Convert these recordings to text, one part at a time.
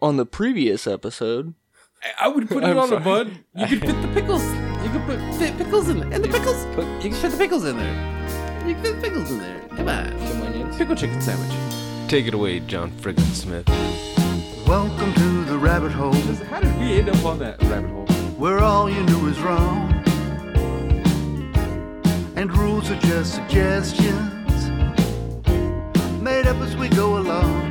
on the previous episode. I- I would put it I'm on sorry. a bud. You could fit the pickles. You could put fit pickles in there. And the pickles. Put You can fit the pickles in there. You can fit the pickles in there. Come on. some onions. Pickle chicken sandwich. Take it away, John Friggin Smith. Welcome to the rabbit hole How did we end up on that rabbit hole? where all you knew is wrong. And rules are just suggestions made up as we go along.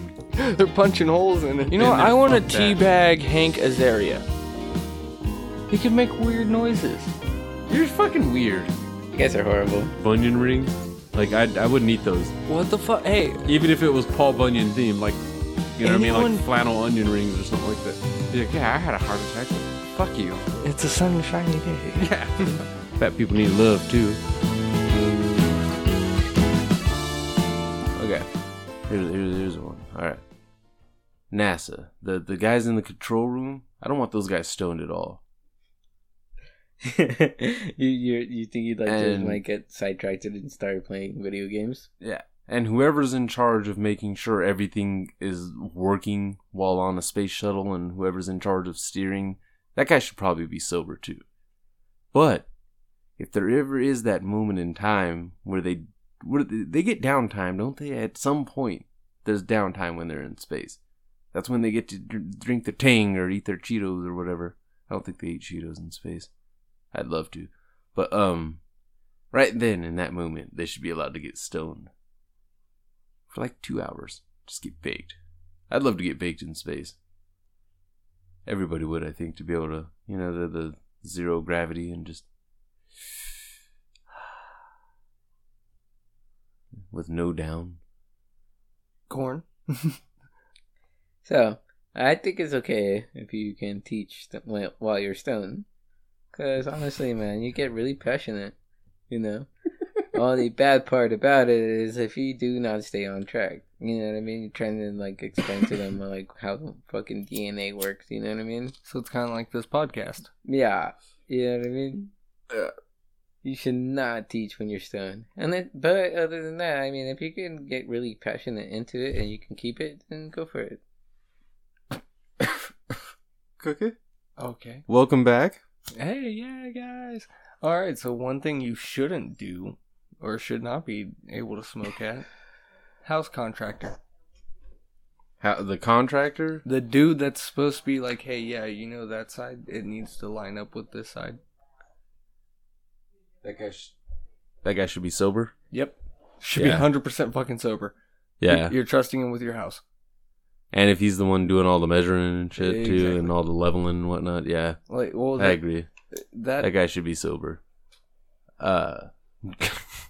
They're punching holes in it. You know, In there, I want to fuck that. teabag Hank Azaria. He can make weird noises. You're fucking weird. You guys are horrible. Bunyan rings? Like I, I wouldn't eat those. What the fuck? Hey, Even if it was Paul Bunyan themed, like you know what I mean, Anyone- like flannel onion rings or something like that. You're like, yeah, I had a heart attack. Fuck you. it's a sunshiny day. Yeah. Fat people need love too. Okay. Here's, here's, here's one. All right. NASA. The, the guys in the control room. I don't want those guys stoned at all. you you you think you'd like And- to like get sidetracked and start playing video games? Yeah. And whoever's in charge of making sure everything is working while on a space shuttle and whoever's in charge of steering, that guy should probably be sober too. But if there ever is that moment in time where they where they they get downtime, don't they? At some point, there's downtime when they're in space. That's when they get to dr- drink their Tang or eat their Cheetos or whatever. I don't think they eat Cheetos in space. I'd love to, but um, right then in that moment, they should be allowed to get stoned for like two hours. Just get baked. I'd love to get baked in space. Everybody would, I think, to be able to, you know, the, the zero gravity and just with no down. Corn. So I think it's okay if you can teach st- wh- while you're stoned, because honestly, man, you get really passionate. You know, only bad part about it is if you do not stay on track. You know what I mean? You're trying to like explain to them like how fucking DNA works. You know what I mean? So it's kind of like this podcast. Yeah, you know what I mean. Yeah. You should not teach when you're stoned. And then, but other than that, I mean, if you can get really passionate into it and you can keep it, then go for it. Cookie? Okay. Welcome back. Hey, yeah, guys. All right. So one thing you shouldn't do, or should not be able to smoke at, house contractor. How, the contractor? The dude that's supposed to be like, hey, yeah, you know that side, it needs to line up with this side. That guy, sh- that guy should be sober? Yep. Should be Yeah. 100% fucking sober. You- You're trusting him with your house. And if he's the one doing all the measuring and shit, Yeah, too, exactly. and all the leveling and whatnot, yeah. Like, well, I that, agree. that, That guy should be sober. Uh,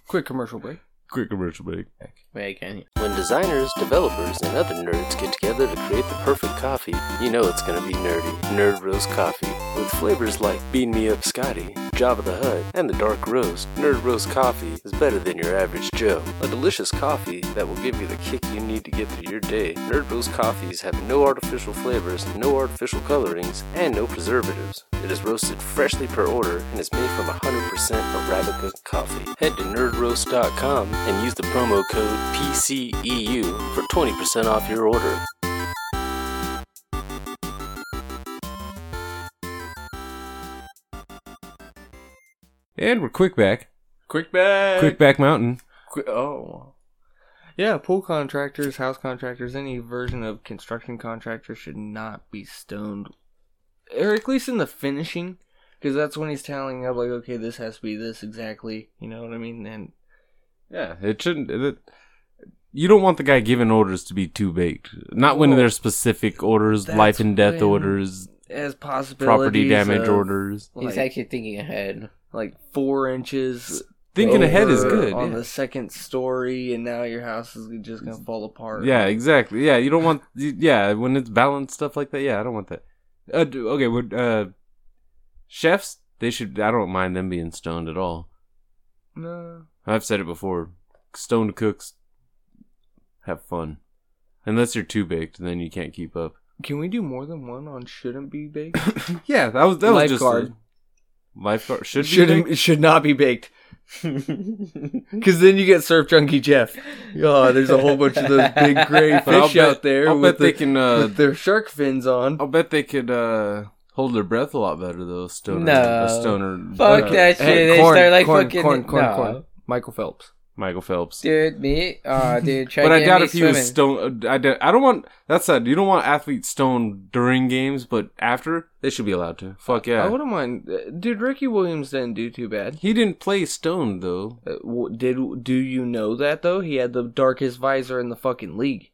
quick commercial break. quick commercial break. Wait, I can't. When designers, developers, and other nerds get together to create the perfect coffee, you know it's gonna be nerdy. Nerd Roast Coffee. With flavors like Bean Me Up Scotty, Java the Hutt, and the Dark Roast, Nerd Roast Coffee is better than your average Joe. A delicious coffee that will give you the kick you need to get through your day. Nerd Roast coffees have no artificial flavors, no artificial colorings, and no preservatives. It is roasted freshly per order and is made from 100% Arabica coffee. Head to nerdroast.com and use the promo code PCEU for 20% off your order. And we're quick back. Quick back. Quick back mountain. Qu- Oh. Yeah, pool contractors, house contractors, any version of construction contractor should not be stoned. Or at least in the finishing, because that's when he's tallying up, like, okay, this has to be this exactly. You know what I mean? And Yeah, it shouldn't. It, you don't want the guy giving orders to be too baked. Not when Well, they're specific orders, that's life and death when- orders, as possibilities. property damage of, orders. Like, He's actually thinking ahead. like four inches Thinking ahead is over good. On yeah. the second story, and now your house is just gonna fall apart. Yeah, exactly. Yeah, you don't want. you- Yeah, when it's balanced stuff like that. Yeah, I don't want that. Uh, d- okay, would uh, chefs? They should. I don't mind them being stoned at all. No. I've said it before. Stoned cooks have fun, unless you're too baked, then you can't keep up. Can we do more than one on shouldn't be baked? yeah, that was that was just Lifeguard. a- lifeguard should be shouldn't baked? it should not be baked. Cause then you get surf junkie Jeff. Oh, there's a whole bunch of those big gray But I'll fish out there I'll with, bet they the- can. Uh, with their shark fins on. I'll bet they could uh, hold their breath a lot better though. Stoner, No. a stoner. uh, Fuck bucket. that shit. Hey, they corn, start like corn, fucking corn, corn, no. corn. Michael Phelps. Michael Phelps. dude. Me, oh, dude. Try but I getting doubt me if he swimming. was stoned. uh, I don't, I don't want. That's sad. You don't want athletes stoned during games, but after they should be allowed to. Fuck I yeah. wouldn't mind, uh, dude. Ricky Williams didn't do too bad. He didn't play stoned though. Uh, w- did do you know that though? He had the darkest visor in the fucking league.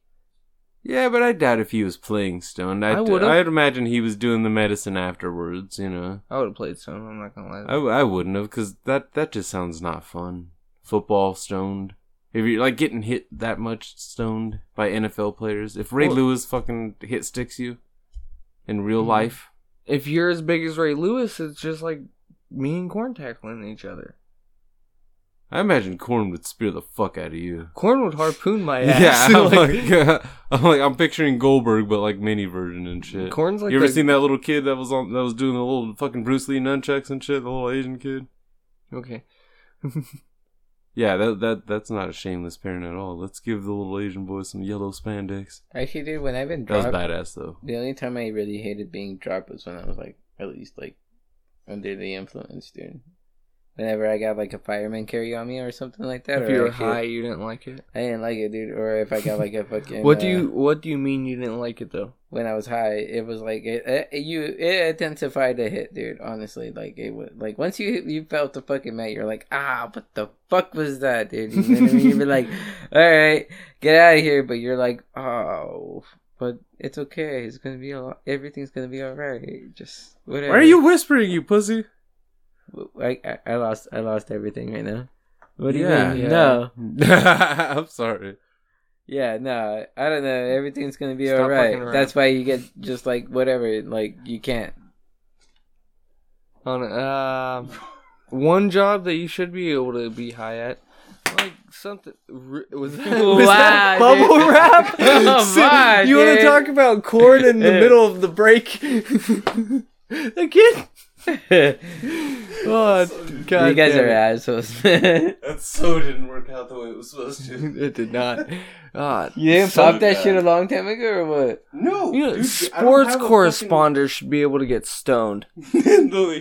Yeah, but I doubt if he was playing stoned. I I would. would've. I'd imagine he was doing the medicine afterwards. You know, I would have played some. I'm not gonna lie. I, I wouldn't have because that that just sounds not fun. Football stoned. If you're like getting hit that much stoned by NFL players, if Ray Well- Mm-hmm. Lewis fucking hit sticks you in real life, if you're as big as Ray Lewis, it's just like me and Corn tackling each other. I imagine Corn would spear the fuck out of you. Corn would harpoon my Yeah, ass. oh I'm Like, like, I'm like, I'm picturing Goldberg, but like mini version and shit. Corn's like you ever the- seen that little kid that was on that was doing the little fucking Bruce Lee nunchucks and shit? The little Asian kid. okay. Yeah, that that that's not a shameless parent at all. Let's give the little Asian boy some yellow spandex. Actually, dude, when I've been That was dropped- badass though. The only time I really hated being dropped was when I was like at least like under the influence, dude. Whenever I got like a fireman carry on me or something like that, If or you were like, high, you didn't like it. I didn't like it, dude. Or if I got like a fucking what do uh, you What do you mean you didn't like it though? when I was high, it was like it, it, you it intensified the hit, dude. Honestly, like it was like once you you felt the fucking mat, you're like, ah, what the fuck was that, dude? You know what I mean? You'd be like, all right, get out of here, but you're like, oh, but it's okay. It's gonna be a lot. Everything's gonna be all right. Just whatever. Why are you whispering, you pussy? I, I I lost I lost everything right now. What do Yeah, you mean? yeah. No, I'm sorry. yeah, no. I don't know. Everything's gonna be Stop all right. fucking around. That's why you get just like whatever. Like you can't. on uh, one job that you should be able to be high at. Like something r- was that, was that Wow, dude. bubble wrap? Oh, So, my, you want dude. to talk about corn in the Yeah. middle of the break again? Oh, God you guys damn are it. assholes. man. That so didn't work out the way it was supposed to. It did not. Ah, you didn't pop that shit a long time ago or what? No, you know, sports corresponders should be able to get stoned. no, they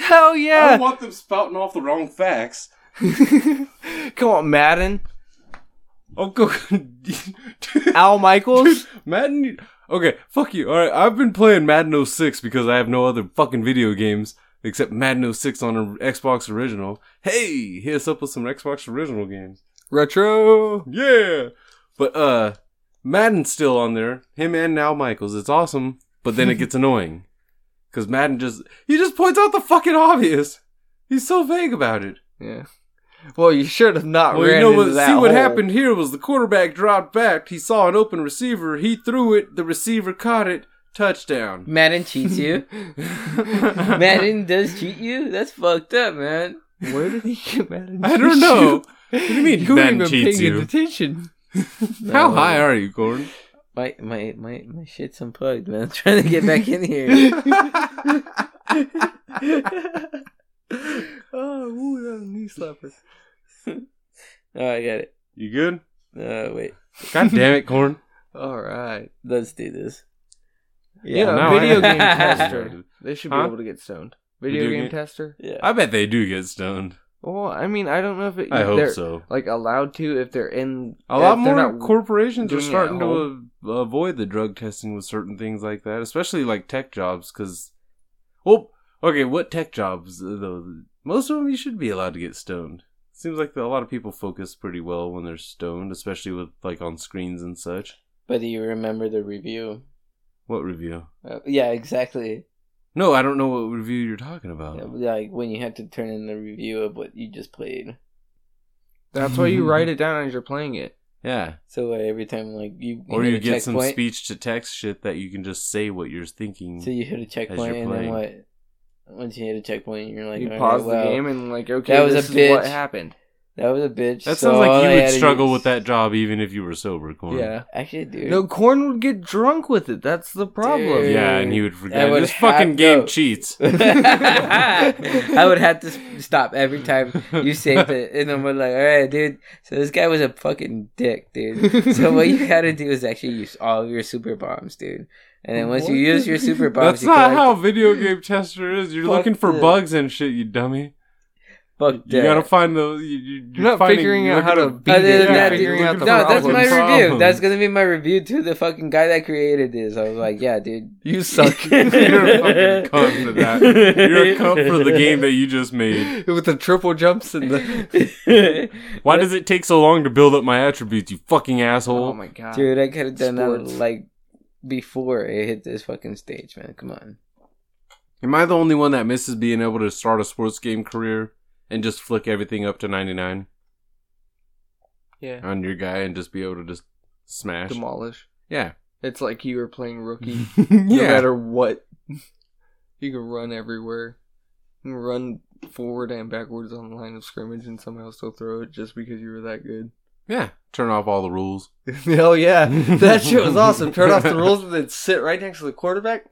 Hell I don't yeah! want them spouting off the wrong facts. Come on, Madden, Oh, go. Al Michaels. Madden. you- Okay, fuck you. Alright, I've been playing Madden 06 because I have no other fucking video games except Madden 06 on an Xbox Original. Hey, hit us up with some Xbox Original games. Retro. Yeah! But, uh, Madden's still on there. Him and now Michaels. It's awesome, but then it gets annoying. Because Madden just. He just points out the fucking obvious. He's so vague about it. Yeah. Well, you should have not Well, ran you know into what? that See what hole. happened here was the quarterback dropped back. He saw an open receiver. He threw it. The receiver caught it. Touchdown. Madden cheats you. Madden does cheat you. That's fucked up, man. Where did he get Madden? I don't cheat know. You? What do you mean You weren't Madden even cheats paying you? attention. How high are you, Gordon? My my my my shit's unplugged, man. I'm trying to get back in here. Oh, ooh, that was a knee slapper. Oh, I got it. You good? Oh wait, God damn it, Corn. All right. let's do this. Yeah, now I- video game tester. They should be Huh? able to get stoned. Video, Video game, game- tester. Yeah. I bet they do get stoned. Well, I mean, I don't know if it. I if hope they're, so. Like allowed to if they're in. A lot if they're more not- corporations are doing it at starting to uh, avoid the drug testing with certain things like that, especially like tech jobs. Because, well, okay, what tech jobs uh, though? Most of them you should be allowed to get stoned. Seems like a lot of people focus pretty well when they're stoned, especially with like on screens and such. But do you remember the review? What review? Uh, yeah, exactly. No, Oh. I don't know what review you're talking about. Like when you had to turn in the review of what you just played. That's why you write it down as you're playing it. Yeah. So what, every time like you, Or hit you a get some checkpoint- speech to text shit that you can just say what you're thinking. So you hit a checkpoint and then playing. what? Once you hit a checkpoint, you're like, you "All right, pause well, the game and like, okay, That was this a is what bitch. happened. That was a bitch. that so sounds all like I you would had to struggle do with was- that job even if you were sober, Corn. Yeah. Actually, dude. No, Corn would get drunk with it. That's the problem. Dude. Yeah, and he would forget. That would this fucking have- game no. cheats. I would have to s- stop every time you saved it, and I'm like, all right, dude. So this guy was a fucking dick, dude. So what you gotta do is actually use all of your super bombs, dude. And then once you use your super bombs, That's you not collect how video game tester is. You're Fuck looking for the- bugs and shit, you dummy. fuck You that. gotta find those. You, you, You're you're not finding- figuring you're out how to looking for- beat Other it. than You're that, figuring dude, out the look no, at problem. that's my review. Problem. That's gonna be my review to the fucking guy that created this. I was like, yeah, dude. You suck. You're a fucking cunt for that. You're a cunt for the game that you just made. With the triple jumps and the. Why does it take so long to build up my attributes, you fucking Oh asshole? my god. Dude, I could have done Sports. that like before it hit this fucking stage, man. Come on. Am I the only one that misses being able to start a sports game career and just flick everything up to 99 Yeah. on your guy and just be able to just smash? Demolish. Yeah. It's like you were playing rookie. no yeah. matter what. You can run everywhere. You can run forward and backwards on the line of scrimmage and somehow still throw it just because you were that good. Yeah. Turn off all the rules. Hell yeah. That shit was awesome. Turn off the rules and then sit right next to the quarterback.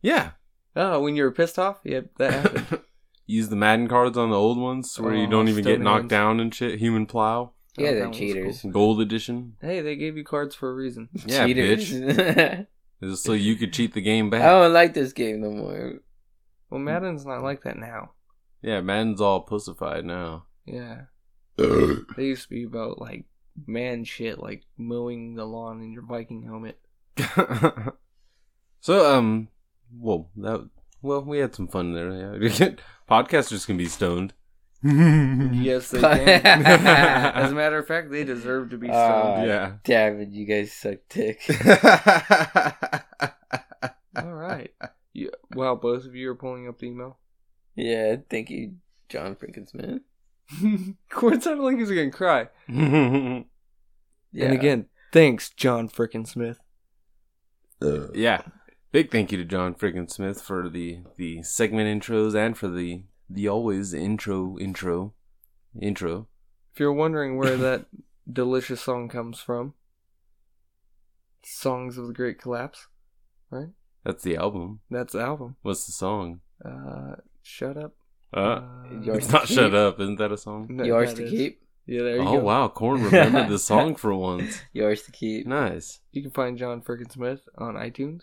Yeah. Oh, when you were pissed off? Yep, that happened. Use the Madden cards on the old ones where Oh, you don't even get stone knocked ones. down and shit. Human Oh, plow. Yeah, that they're was cheaters. Gold edition. Hey, they gave you cards for a reason. Yeah, cheaters. bitch. This is so you could cheat the game I back. Oh. don't like this game no more. Well, Madden's not like that now. Yeah, Madden's all pussified now. Yeah. They used to be about, like, man shit, like mowing the lawn in your Viking helmet. so, um, well, that, well, we had some fun there. Yeah, podcasters can be stoned. Yes, they can. As a matter of fact, they deserve to be stoned. Uh, Yeah. Damn it, you guys suck dick. All right. Yeah. Wow, both of you are pulling up the email. yeah, thank you, John Frankenstein. Corn sounded like he's gonna cry. Yeah. And again, thanks, John frickin' Smith. yeah. Big thank you to John Friggin Smith for the the segment intros and for the the always intro intro intro. If you're wondering where that delicious song comes from, Songs of the Great Collapse. That's the album. That's the album. What's the song? Uh, shut up. Uh, Yours it's to not keep. shut up. Isn't that a song? No, Yours that to is- keep. Yeah, there you Oh go. wow, Corn remembered the song for once. Yours to keep. Nice. You can find John frickin' Smith on iTunes.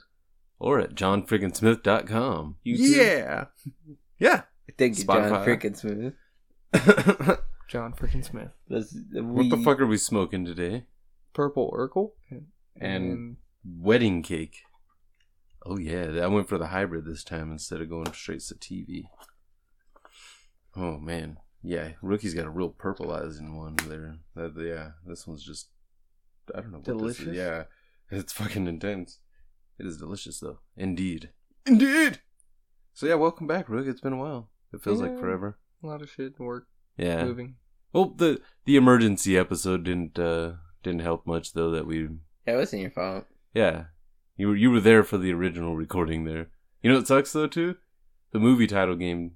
Or at johnfrigginsmith.com. YouTube. Yeah. Yeah. Thank you, John Spotify. Frankenstein. what John frickin' Smith. That's the fuck are we smoking today? Purple Urkel. And- Wedding cake. Oh yeah, I went for the hybrid this time instead of going straight to TV. Oh man. Yeah, Rookie's got a real purpleizing one there. That yeah, this one's just I don't know what this Delicious? is. Yeah. It's fucking intense. It is delicious though. Indeed. Indeed. So yeah, welcome back, Rook. It's been a while. It feels like Yeah. forever. a lot of shit, work, Yeah. moving. Well, the the emergency episode didn't uh didn't help much though that we That wasn't your fault. yeah. You were you were there for the original recording there. You know what sucks though too? The movie title game.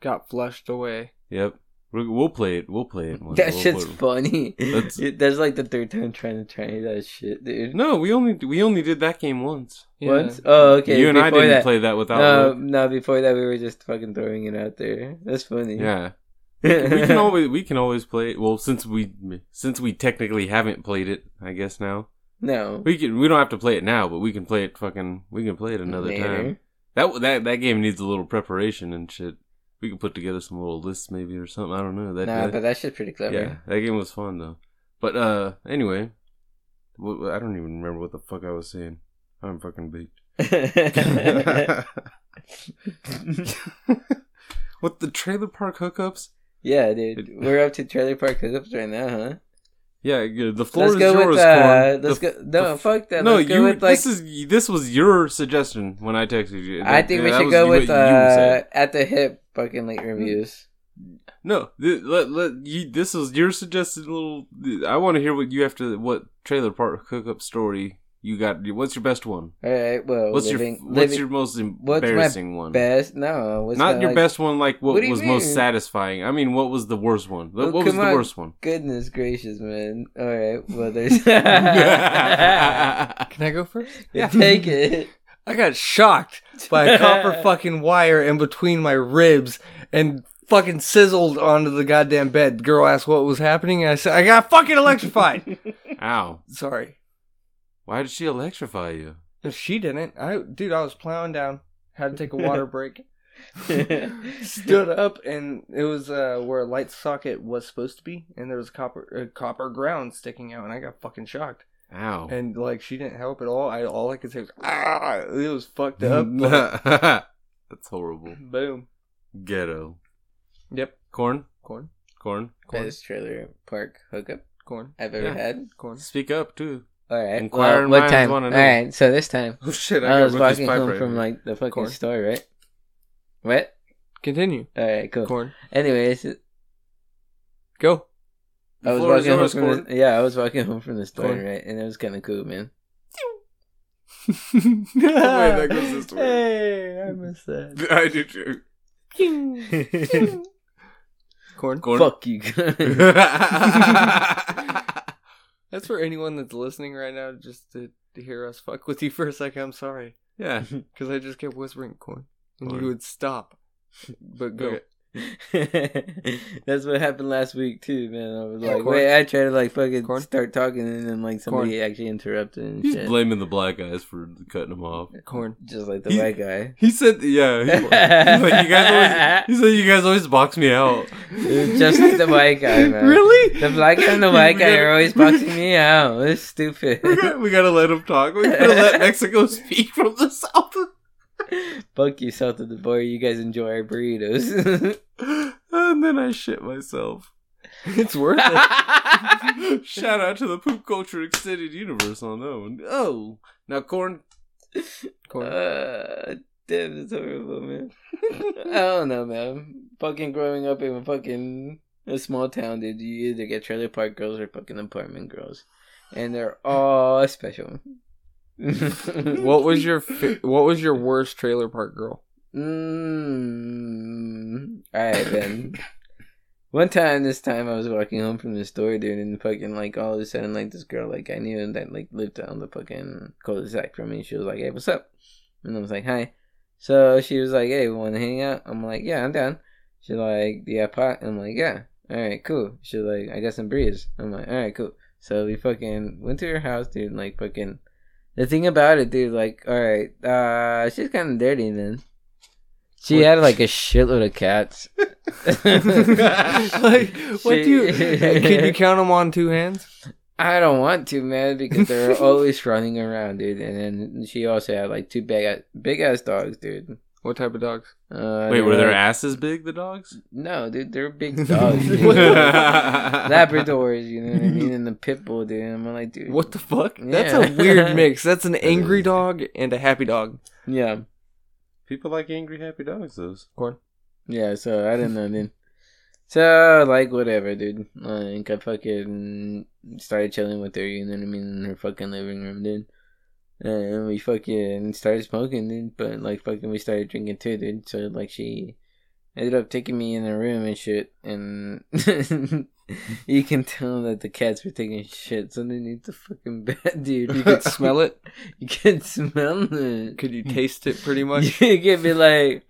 Got flushed away. Yep. We'll, we'll play it. We'll play it. One That we'll shit's play it. funny. That's- That's, that's like the third time trying to try that shit, dude. No, we only we only did that game once. Yeah. Once? Oh, okay. you and I before didn't that- play that without. No, Luke. no. Before that, we were just fucking throwing it out there. That's funny. Yeah. we can always we can always play it. Well, since we since we technically haven't played it, I guess now no. we can we don't have to play it now, but we can play it fucking we can play it another Later. time. That that that game needs a little preparation and shit. We could put together some little lists maybe or something. I don't know. That, nah, that- but that shit's pretty yeah, clever. that game was fun though. But uh, anyway, wh- wh- I don't even remember what the fuck I was saying. I'm fucking baked. Yeah. what the trailer park hookups? dude. We're up to trailer park hookups right now, huh? Yeah, yeah, the floor Let's is go yours. with uh. Corn. Let's The- go. No, the- fuck that. no, let's go you. with like. this is this was your suggestion when I texted you. I think That- we that should was go uh, what with you said. uh at the hip fucking late reviews. No, th- let, let you, this is your suggested little. I want to hear what you have to what trailer park hookup story you got. What's your best one? All right. Well, What's living, your what's living- your most what's my embarrassing one? best? No, what's Not my, your like, best one, like what, What do you was most mean? satisfying. I mean, what was the worst one? Well, what was come the on. worst one? Goodness gracious, man! All right. Well, there's. Can I go first? Take it. I got shocked by a copper fucking wire in between my ribs and fucking sizzled onto the goddamn bed. The girl asked what was happening, and I said, I got fucking electrified. Ow! Sorry. Why did she electrify you? If she didn't, I dude, I was plowing down, had to take a water break, stood up, and it was uh, where a light socket was supposed to be, and there was copper uh, copper ground sticking out, and I got fucking shocked. Ow! And like she didn't help at all. I all I could say was ah, it was fucked up. but- That's horrible. boom. Ghetto. Yep. Corn. Corn. Corn. Corn. Best trailer park hookup Corn. I've ever Yeah. had. Corn. Speak up too. All right. Inquiring well, what minds time? All wanna know. right. So this time, Oh shit! I, was rip this walking pipe home right from here. like the fucking Corn. store, right? What? Continue. All right. Cool. Corn. Anyways, Go. I was floor is walking home yours, from the, Gordon. yeah, I was walking home from the store, Corn. right? And it was kind of cool, man. that goes this way. Hey, I missed that. I did too. Corn. Corn. Fuck you guys. That's for anyone that's listening right now, just to, to hear us fuck with you for a second. I'm sorry, yeah. because I just kept whispering corn, and Corn. you would stop. But go. Okay. That's what happened last week too, man. I was Yeah, like, corn. wait, I tried to like fucking Corn. start talking, and then like somebody actually interrupted and He's shit. blaming the black guys for cutting him off. Corn. Just like the He- white guy. He said, "Yeah." He, he's like, you guys always, he said, "You guys always box me out." It was just like the white guy, man. Really? The black guy and the We white guy gotta- are always boxing me out. It's stupid. We gotta, we gotta let him talk. We gotta let Mexico speak from the south. Fuck you, south of the border. You guys enjoy our burritos. And then I shit myself. It's worth it. Shout out to the poop culture extended universe on that one. Oh, now corn. Corn. Uh, damn, it's horrible, man. I don't know, man. Fucking growing up in a fucking a small town, dude. You either get trailer park girls or fucking apartment girls, and they're all special. what was your fi- What was your worst trailer park girl? Mm. All right, then. One time, this time I was walking home from the store, dude, and fucking like all of a sudden, like this girl, like I knew, and that like lived down the fucking cul-de-sac from me. She was like, "Hey, what's up?" And I was like, "Hi." So she was like, "Hey, want to hang out?" I'm like, "Yeah, I'm down." She's like, "Do you have pot?" I'm like, "Yeah." All right, cool. She's like, "I got some breeze." I'm like, "All right, cool." So we fucking went to her house, dude. And, like fucking, the thing about it, dude. Like, all right, uh, she's kind of dirty, then. She What- had like a shitload of cats. like, what do you? Can you count them on two hands? I don't want to, man, because they're always running around, dude. And then she also had like two big, big ass dogs, dude. What type of dogs? Uh, Wait, they were their like- asses big? The dogs. No, dude, they're big dogs. dude. Labrador. Labradors, you know what I mean, and the pit bull, dude. And I'm like, dude, What the fuck? That's Yeah. a weird mix. That's an angry dog and a happy dog. Yeah, People like angry, happy dogs. Those. yeah. So I didn't know, dude. So like, whatever, dude. Like, I fucking started chilling with her, you know what I mean, in her fucking living room, dude. And we fucking started smoking, dude. But like, fucking, we started drinking too, dude. So like, she ended up taking me in her room and shit, and. You can tell that the cats were taking shits underneath the fucking bed, dude. You could smell it. You can smell it. Could you taste it pretty much? You could be like,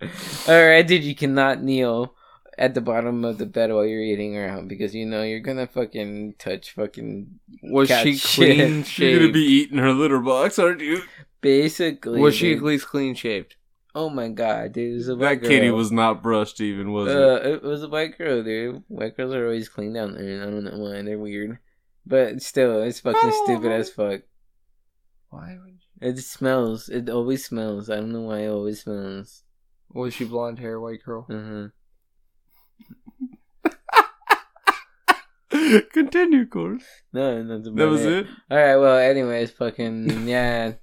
all right, dude, you cannot kneel at the bottom of the bed while you're eating around because you know you're gonna fucking touch fucking Was Got she shit. clean You're gonna shaved? be eating her litter box, aren't you? basically. Was she at dude. least clean shaved? Oh my god, dude, it was a That white girl. kitty was not brushed, even was it? Uh, it was a white girl, dude. White girls are always clean down there, and I don't know why they're weird, but still, it's fucking stupid as fuck. Why would you? It smells. It always smells. I don't know why it always smells. Was she blonde hair, white girl? Uh-huh. Uh, Continue, course. No, nothing. That was it. All right. Well, anyways, fucking yeah,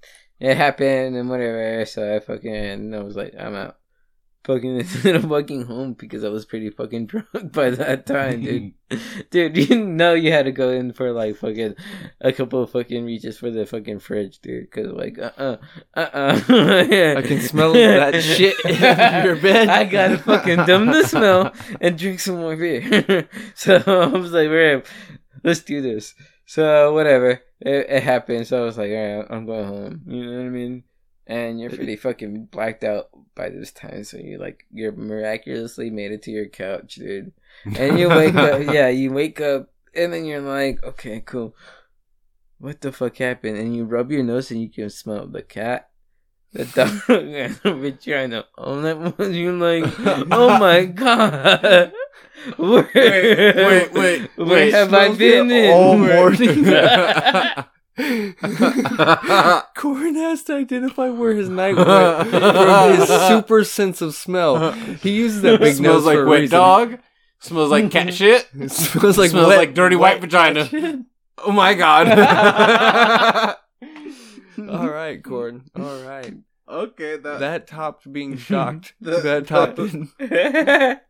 it happened and whatever. So I fucking I was like, I'm out. fucking instead of walking home because I was pretty fucking drunk by that time, dude. dude, you know you had to go in for like fucking a couple of fucking reaches for the fucking fridge, dude. Because like, uh, uh-uh, uh, I can smell that shit in your bed. I gotta fucking dumb the smell and drink some more beer. so I was like, "Rip, let's do this." So whatever, it, it happened. So I was like, "All right, I'm going home." You know what I mean? And you're pretty fucking blacked out by this time, so you like you're miraculously made it to your couch, dude. And you wake up, yeah, you wake up, and then you're like, "Okay, cool." What the fuck happened? And you rub your nose, and you can smell the cat. The dog, but trying to own that one. You're like, oh my god. Where, wait, wait, where wait. have I Smells been it in? Oh, all morning. That's Corin has to identify where his night went from his super sense of smell. He uses that big smells nose like for a wet reason. dog. Smells like cat Mm-hmm. shit. It smells like smells wet- like dirty white vagina. Oh my god. All right, Corin. All right. okay. That, That topped being shocked. The- that topped. it. That-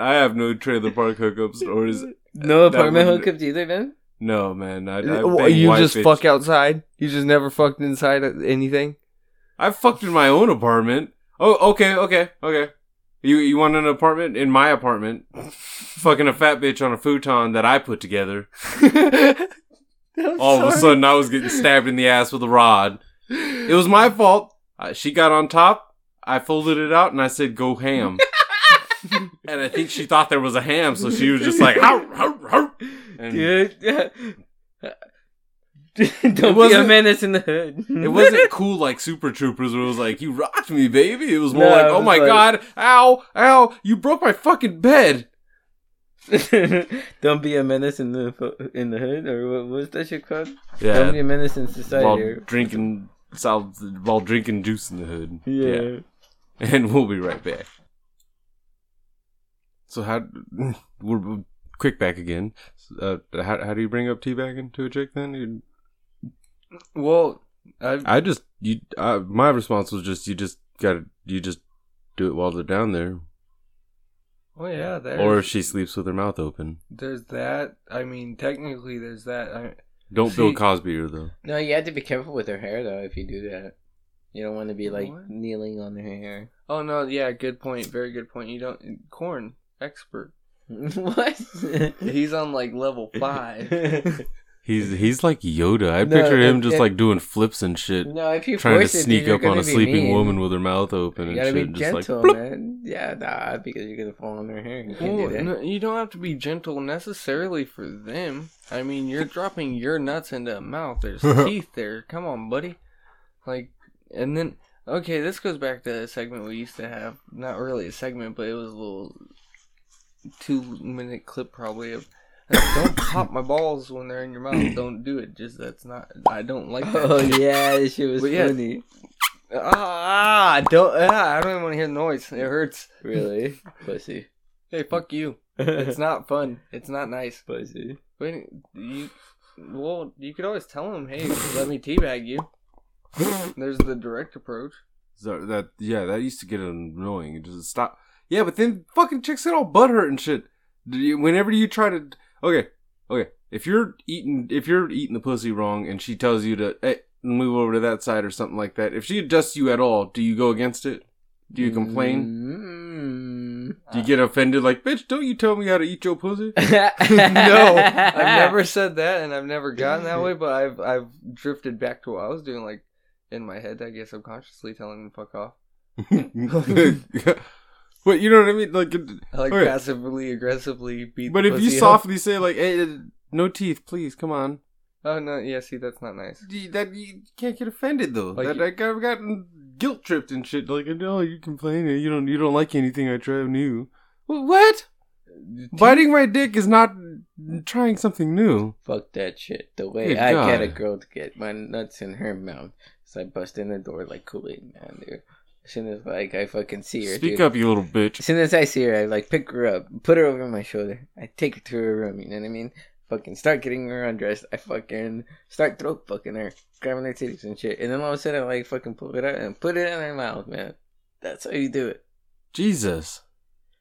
I have no trailer park hookup stories. no That apartment wouldn't- hookups either, man. No man, I, I bang you white just bitch. fuck outside. You just never fucked inside anything. I fucked in my own apartment. Oh, okay, okay, okay. You you want an apartment in my apartment? Fucking a fat bitch on a futon that I put together. All of a sudden, I was getting stabbed in the ass with a rod. It was my fault. Uh, she got on top. I folded it out and I said, "Go ham." and I think she thought there was a ham, so she was just like, "How, how, how." And Dude. It Don't be a wasn't- menace in the hood. It wasn't cool like Super Troopers where it was like, you rocked me, baby. It was more No, like, it oh was my like- god, ow, ow, you broke my fucking bed. Don't be a menace in the fo- in the hood, or what was that shit called? Don't be Yeah, a menace in society. while or- drinking, sal- while drinking juice in the hood. yeah. and we'll be right back. So how we're, we're quick back again? Uh, how how do you bring up teabagging to a chick then? You, Well, I've, I just you I, my response was just you just got to you just do it while they're down there, oh yeah, there's, or if she sleeps with her mouth open. there's that. I mean, technically, there's that. I, Don't See- Bill Cosby her though. No, you have to be careful with her hair though. If you do that, you don't want to be like What? kneeling on her hair. oh no, yeah, good point. Very good point. You don't corn expert. what? He's on like level five. He's he's like Yoda. I No, picture him it- just it- like doing flips and shit, no, if you trying to force it, sneak up on a sleeping woman with her mouth open You and gotta shit. be and just gentle, like "Bloop." man. Yeah, nah, because you're gonna fall on her hair. You can't Well, do that. no, you don't have to be gentle necessarily for them. I mean, you're dropping your nuts into a mouth. There's teeth there. Come on, buddy. Like, and then okay, this goes back to a segment we used to have. Not really a segment, but it was a little two-minute clip probably of. uh, don't pop my balls when they're in your mouth. Don't do it. Just that's not. I don't like that. Oh yeah, this shit was But yeah. funny. Ah, ah, don't. Ah, I don't even want to hear the noise. It hurts. Really, pussy, Hey, fuck you. It's not fun. It's not nice. pussy. Wait, you, well, you could always tell him, hey, let me teabag you. There's the direct approach. So that yeah, that used to get annoying. It just stop. Yeah, but then fucking chicks get all butthurt and shit. Do you- Whenever you try to okay, okay, if you're eating if you're eating the pussy wrong and she tells you to eh, move over to that side or something like that, if she adjusts you at all, do you go against it? Do you complain? Mm. Do you get offended? Like, bitch, don't you tell me how to eat your pussy? Mm-hmm. no, I've never said that, and I've never gotten that way. But I've I've drifted back to what I was doing, like in my head, I guess subconsciously telling him to fuck off. but you know what I mean? Like, it- I like Okay. passively aggressively beat. but the if you pussy up. softly say like, hey, no teeth, please, come on. oh no, yeah, see, that's not nice. You- that you can't get offended though. Like that, you- like, I've gotten guilt tripped and shit. Like, no, you complaining. You don't. You don't like anything I try new. Wh- What? Biting my dick is not trying something new. Fuck that shit. The way Good I get a God. girl to get my nuts in her mouth is I bust in the door like Kool Aid Man, dude. As soon as like I fucking see her, Speak dude. up, you little bitch. As soon as I see her, I like pick her up, put her over my shoulder. I take her to her room. You know what I mean? Fucking start getting her undressed. I fucking start throat fucking her, grabbing her titties and shit. And then all of a sudden, I like fucking pull it out and put it in her mouth, man. That's how you do it. Jesus.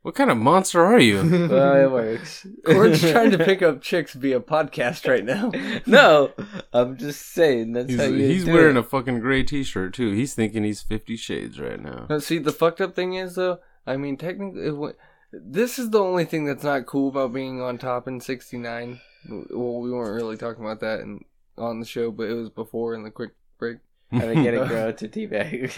What kind of monster are you? Well, it works. Court's trying to pick up chicks via podcast right now. No, I'm just saying that's He's, how you. he's do wearing it. a fucking gray t shirt, too. He's thinking he's 50 shades right now. Now, See, the fucked up thing is though. I mean, technically, it wa- this is the only thing that's not cool about being on top in '69. Well, we weren't really talking about that in, on the show, but it was before in the quick break. how to get a girl to teabag.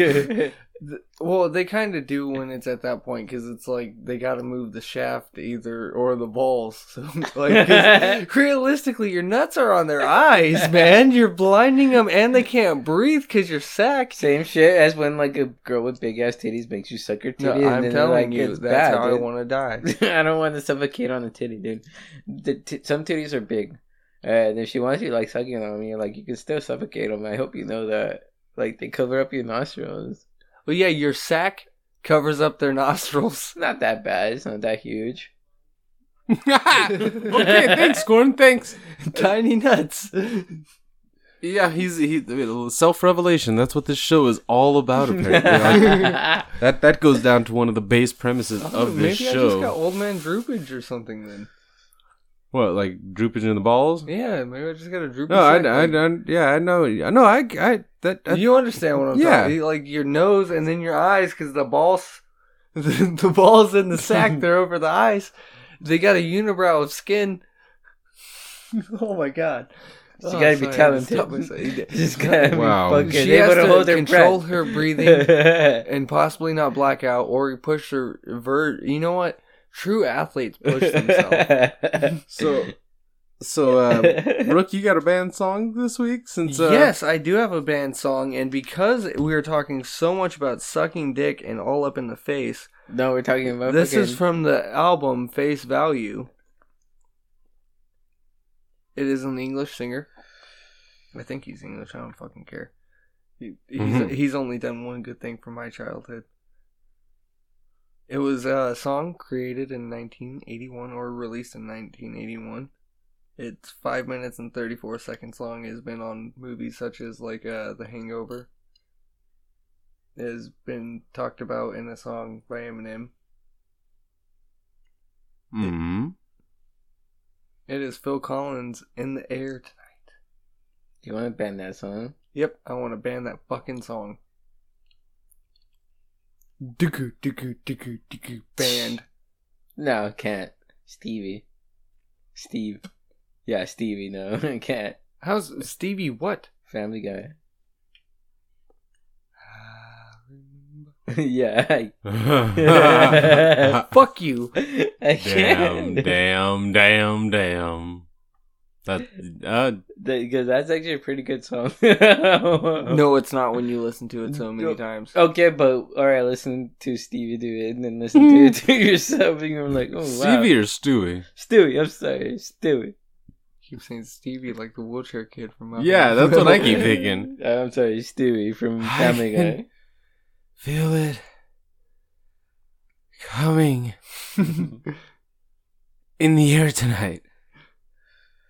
Th- Well, they kind of do when it's at that point because it's like they got to move the shaft either or the balls. So, like, 'cause realistically, your nuts are on their eyes, man. You're blinding them, and they can't breathe because you're sacked. Same shit as when like a girl with big ass titties makes you suck your No, titty. and I'm then, telling like, you, it's that's bad, how I dude. want to die. I don't want to suffocate on a titty, dude. The t- some titties are big, and if she wants you like sucking on me, like you can still suffocate them. I hope you know that. Like they cover up your nostrils. Well, yeah, your sack covers up their nostrils. It's not that bad. It's not that huge. okay, thanks, Gordon. Thanks. Tiny nuts. Yeah, he's he self revelation. That's what this show is all about. Apparently, Like, that that goes down to one of the base premises Oh, of maybe this I just got show. old man droopage or something then. What, like droopage in the balls? Yeah, maybe I just got a droopage. No, I, I, I, yeah, I know, I know, I, I, that, I, you understand what I'm Yeah. talking Like your nose and then your eyes because the balls, the, the balls in the sack, they're over the eyes. They got a unibrow of skin. oh my god. She Oh, gotta be sorry, I talented. stopped myself. She's gotta be Wow. fucking She able has to to hold her control breath. her breathing and possibly not black out or push her ver you know what true athletes push themselves Um, so, so, uh, Brooke, you got a band song this week since, uh, yes i do have a band song and because we are talking so much about sucking dick and all up in the face no, we're talking about this fucking- is from the album face value it is an english singer i think he's english i don't fucking care he, he's, Mhm. he's only done one good thing for my childhood it was a song created in 1981 or released in 1981 it's 5 minutes and 34 seconds long has been on movies such as like uh, the hangover It has been talked about in a song by eminem hmm It is Phil Collins in the air tonight. You want to ban that song? Yep, I want to ban that fucking song. Doo-goo, doo-goo, doo-goo, doo-goo, banned. No, I can't. Stevie, Steve. Yeah, Stevie. No, I can't. How's Stevie what? Family Guy. yeah, I, Fuck you. I damn, can't. damn, damn, damn. That, uh, Because that's actually a pretty good song. Oh. No, it's not when you listen to it so many No. times. Okay, but all right, listen to Stevie do it, and then listen to it to yourself, and you're like, oh wow, Stevie or Stewie? Stewie, I'm sorry, Stewie. keep saying Stevie like the wheelchair kid from Muppets. Yeah, that's what I keep thinking. Uh, I'm sorry, Stewie from I Family Guy. can- Feel it coming in the air tonight.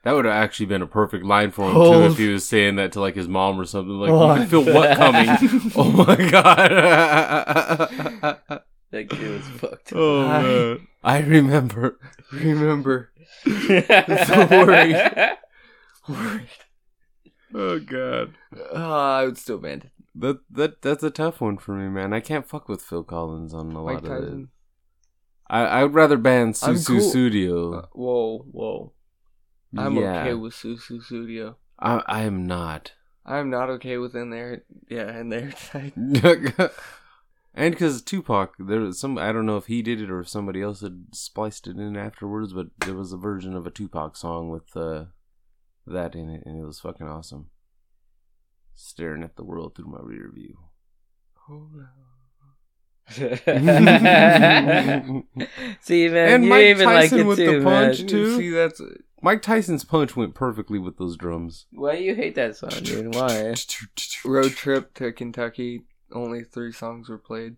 That would have actually been a perfect line for him too if Hold. he was saying that to like his mom or something. Like Hold you can feel what coming. oh my god. That kid was fucked. oh Hi. man. I remember. Remember. Sorry. Word. Oh god. Uh, I would still ban it. That that that's a tough one for me, man. I can't fuck with Phil Collins on a Mike lot of it. Tyson. I I would rather ban I'm Susu cool. Studio. Uh, whoa, whoa. I'm Yeah. okay with Susu Studio. I I am not. I'm not okay with in there. Yeah, in there tonight. and because Tupac, there was some I don't know if he did it or if somebody else had spliced it in afterwards, but there was a version of a Tupac song with uh, that in it, and it was fucking awesome. Staring at the world through my rear view. See, man, And you Mike even Tyson like it with the too, punch. man. Two? See, that's Mike Tyson's punch went perfectly with those drums. Why do you hate that song, dude? Why? road trip to Kentucky. Only three songs were played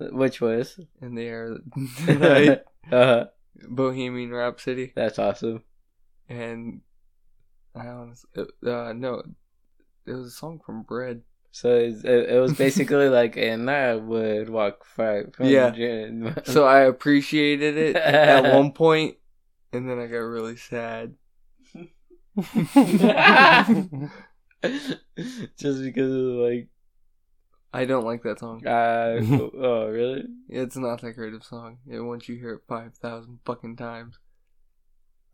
Which was? in the air uh tonight. huh. Bohemian Rhapsody That's awesome. uh, and I honestly, uh, no, it was a song from Bread. So it's- it, it was basically like, and I would walk five Yeah. hundred. miles." So I appreciated it at one point, and then I got really sad. just because of like, I don't like that song. uh, oh really? It's not that great of a song. Yeah, once you hear it five thousand fucking times,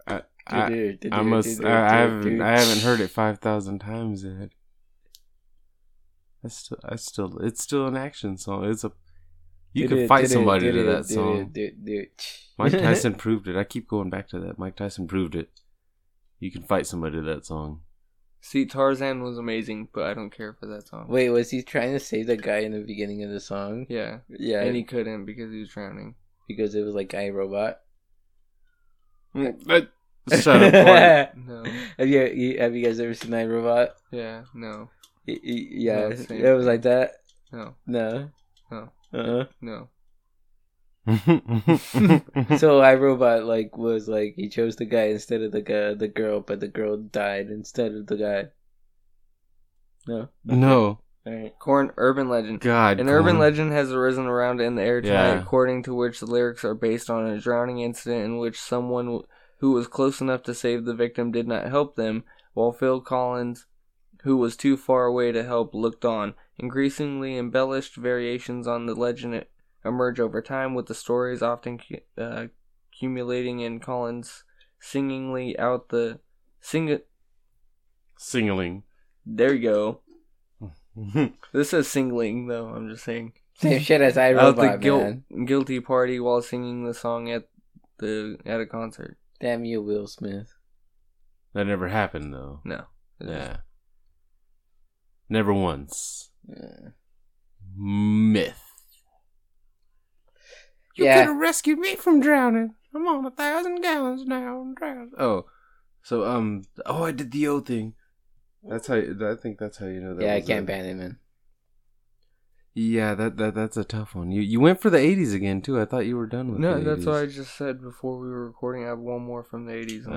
I, I must. I, I haven't. I haven't heard it five thousand times yet. That's still. I still. It's still an action song. It's a. You Did can it, fight did it, somebody did to it, that did it, song. did it, did it. Mike Tyson proved it. I keep going back to that. Mike Tyson proved it. You can fight somebody to that song. see, Tarzan was amazing, but I don't care for that song. Wait, was he trying to save that guy in the beginning of the song? yeah, Yeah, and he couldn't because he was drowning. because it was like I Robot. Shut up. Corey. No, have you, you have you guys ever seen I Robot? yeah, no, Y- y- Yeah, No, it's the same it was like that. no, No. Oh. No. Uh-uh. no. so I Robot like was like he chose the guy instead of the guy, the girl, but the girl died instead of the guy. No. no. All right. Corn urban legend. God. An urban Corey. legend has arisen around in the air tonight, Yeah. according to which the lyrics are based on a drowning incident in which someone w- who was close enough to save the victim did not help them, while Phil Collins, who was too far away to help, looked on. Increasingly embellished variations on the legend emerge over time, with the stories often cu- uh, accumulating in Collins singingly out the sing. Singling. There you go. This is singling, though. I'm just saying. Same shit as I out the Robot, man. guil- guilty party while singing the song at the at a concert. Damn you, Will Smith. that never happened though. No. Yeah. Never once. Yeah. Myth. You Yeah. could have rescued me from drowning. I'm on a thousand gallons now. I'm drowning. Oh, so um, oh, I did the O thing. That's how. I think that's how you know that. Yeah, I was can't a- ban him, man. Yeah, that, that that's a tough one. You you went for the '80s again too. I thought you were done with. No, the that's 80s. what I just said before we were recording. I have one more from the 80s. and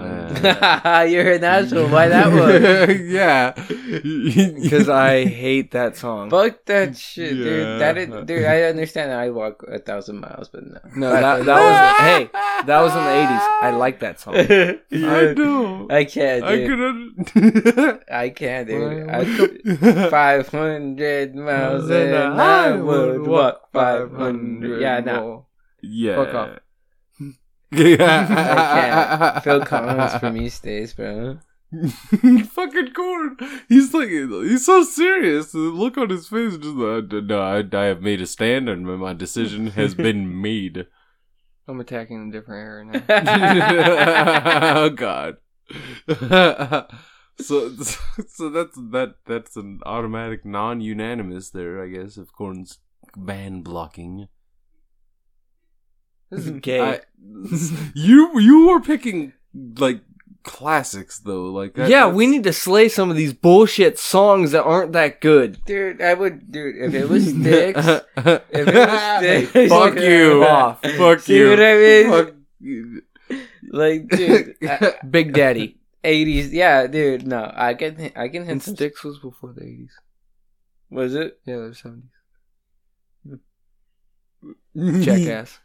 Ah. then- You're an asshole. Why that one? yeah, Because I hate that song. Fuck that shit, Yeah. dude. That is, dude. I understand. I walk a thousand miles, but no. no, that, that was hey, that was in the 80s. I like that song. I do. I can't, I dude. could. I, can't, dude. Why I could. Five hundred miles, and I would walk five hundred. Yeah, no. more. Yeah. Fuck off. I can't. Phil Collins for me stays, bro. Fucking corn. He's like, he's so serious. The look on his face, is just like, no, I, I have made a stand, and my decision has been made. I'm attacking a different era now. oh God. so, so that's that. That's an automatic non-unanimous there, I guess. If corn's ban blocking. This is gay. I- you you were picking like classics though, like that- yeah, that's- we need to slay some of these bullshit songs that aren't that good. Dude, I would, dude. If it was sticks, if it was sticks, fuck you off, fuck See you, what I mean? Fuck you. like, dude, I- Big Daddy. 80s. Yeah, dude. No, I can, I can and hit some. Styx was before the 80s. Was it? Yeah, they're 70s. Jackass.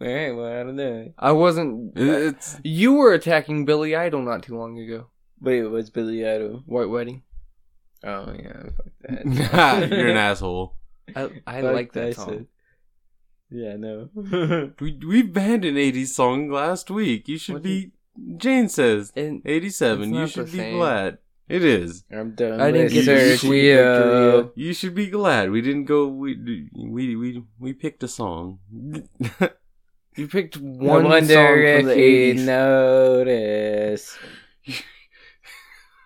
All right. Well, I don't know. I wasn't. It's you were attacking Billy Idol not too long ago. Wait, what's Billy Idol? White Wedding. Oh yeah, fuck that. you're an asshole. I, I Fuck like that song. shit. Yeah, no. We we banned an '80s song last week. You should What be. Jane says And '87. It's You not should the be same. glad. It is. I'm done. I didn't with get the search sweet wheel. You should be glad we didn't go. We we we we picked a song. you picked I one song wonder from the if 80s. you notice.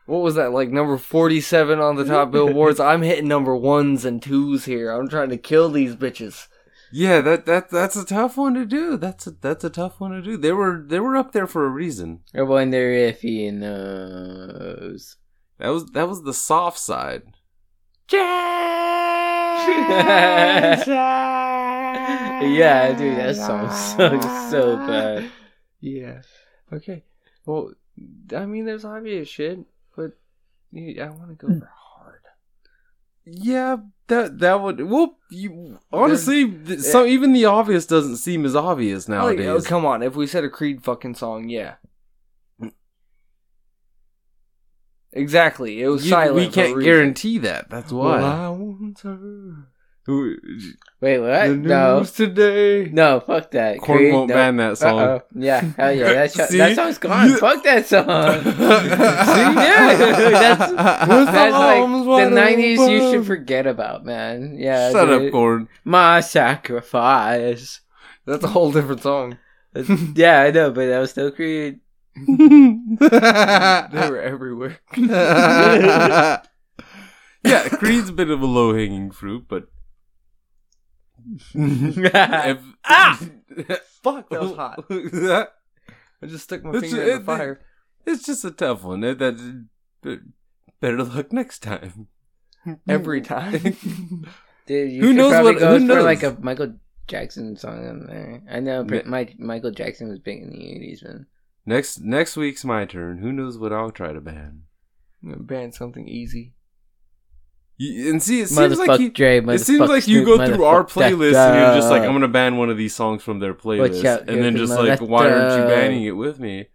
What was that, like number 47 on the top billboards? I'm hitting number ones and twos here. I'm trying to kill these bitches. Yeah, that that that's a tough one to do. That's a that's a tough one to do. They were they were up there for a reason. I wonder if he knows. That was that was the soft side. yeah, dude, that song sucks so bad. Yeah. Okay. Well, I mean, there's obvious shit, but you- I want to go for hard. Hmm. Yeah, that that would well. You honestly, th- so even the obvious doesn't seem as obvious Like, nowadays. eh oh, come on. If we said a Creed fucking song, yeah. Exactly. It was You- silent. we for can't a reason. guarantee that. That's why. Well, I want her. Who- Wait, what? The No, news today. no, fuck that. Korn Creed, won't no. ban uh, that song. Uh-oh. Yeah, hell yeah. That, sho- See? that song's gone. You- Fuck that song. See? Yeah. That's, that's that's arms like wide the 90s you open. should forget about, man. Yeah. Shut dude. up, Gordon. My sacrifice. That's a whole different song. yeah, I know, but that was still Creed. They were everywhere. yeah, Creed's a bit of a low hanging fruit, but yeah, ah, Fuck, that was hot. I just stuck my It's- finger in it- the fire. it's just a tough one. That, that- that- better luck next time. Every time. Dude, you Who should knows probably what- go who for knows? like a Michael Jackson song on there. I know, but Ma- my, Michael Jackson was big in the 80s, man. Next next week's my turn. Who knows what I'll try to ban? I'm gonna Ban something easy. You- And see, it seems Motherfuck like you, Dre, it motherfuck seems like you Snoop, go through our motherfuck Dr. playlist and you're just like, I'm gonna ban one of these songs from their playlist, out, and then Dr. just like, why aren't you Motherfuck. banning it with me?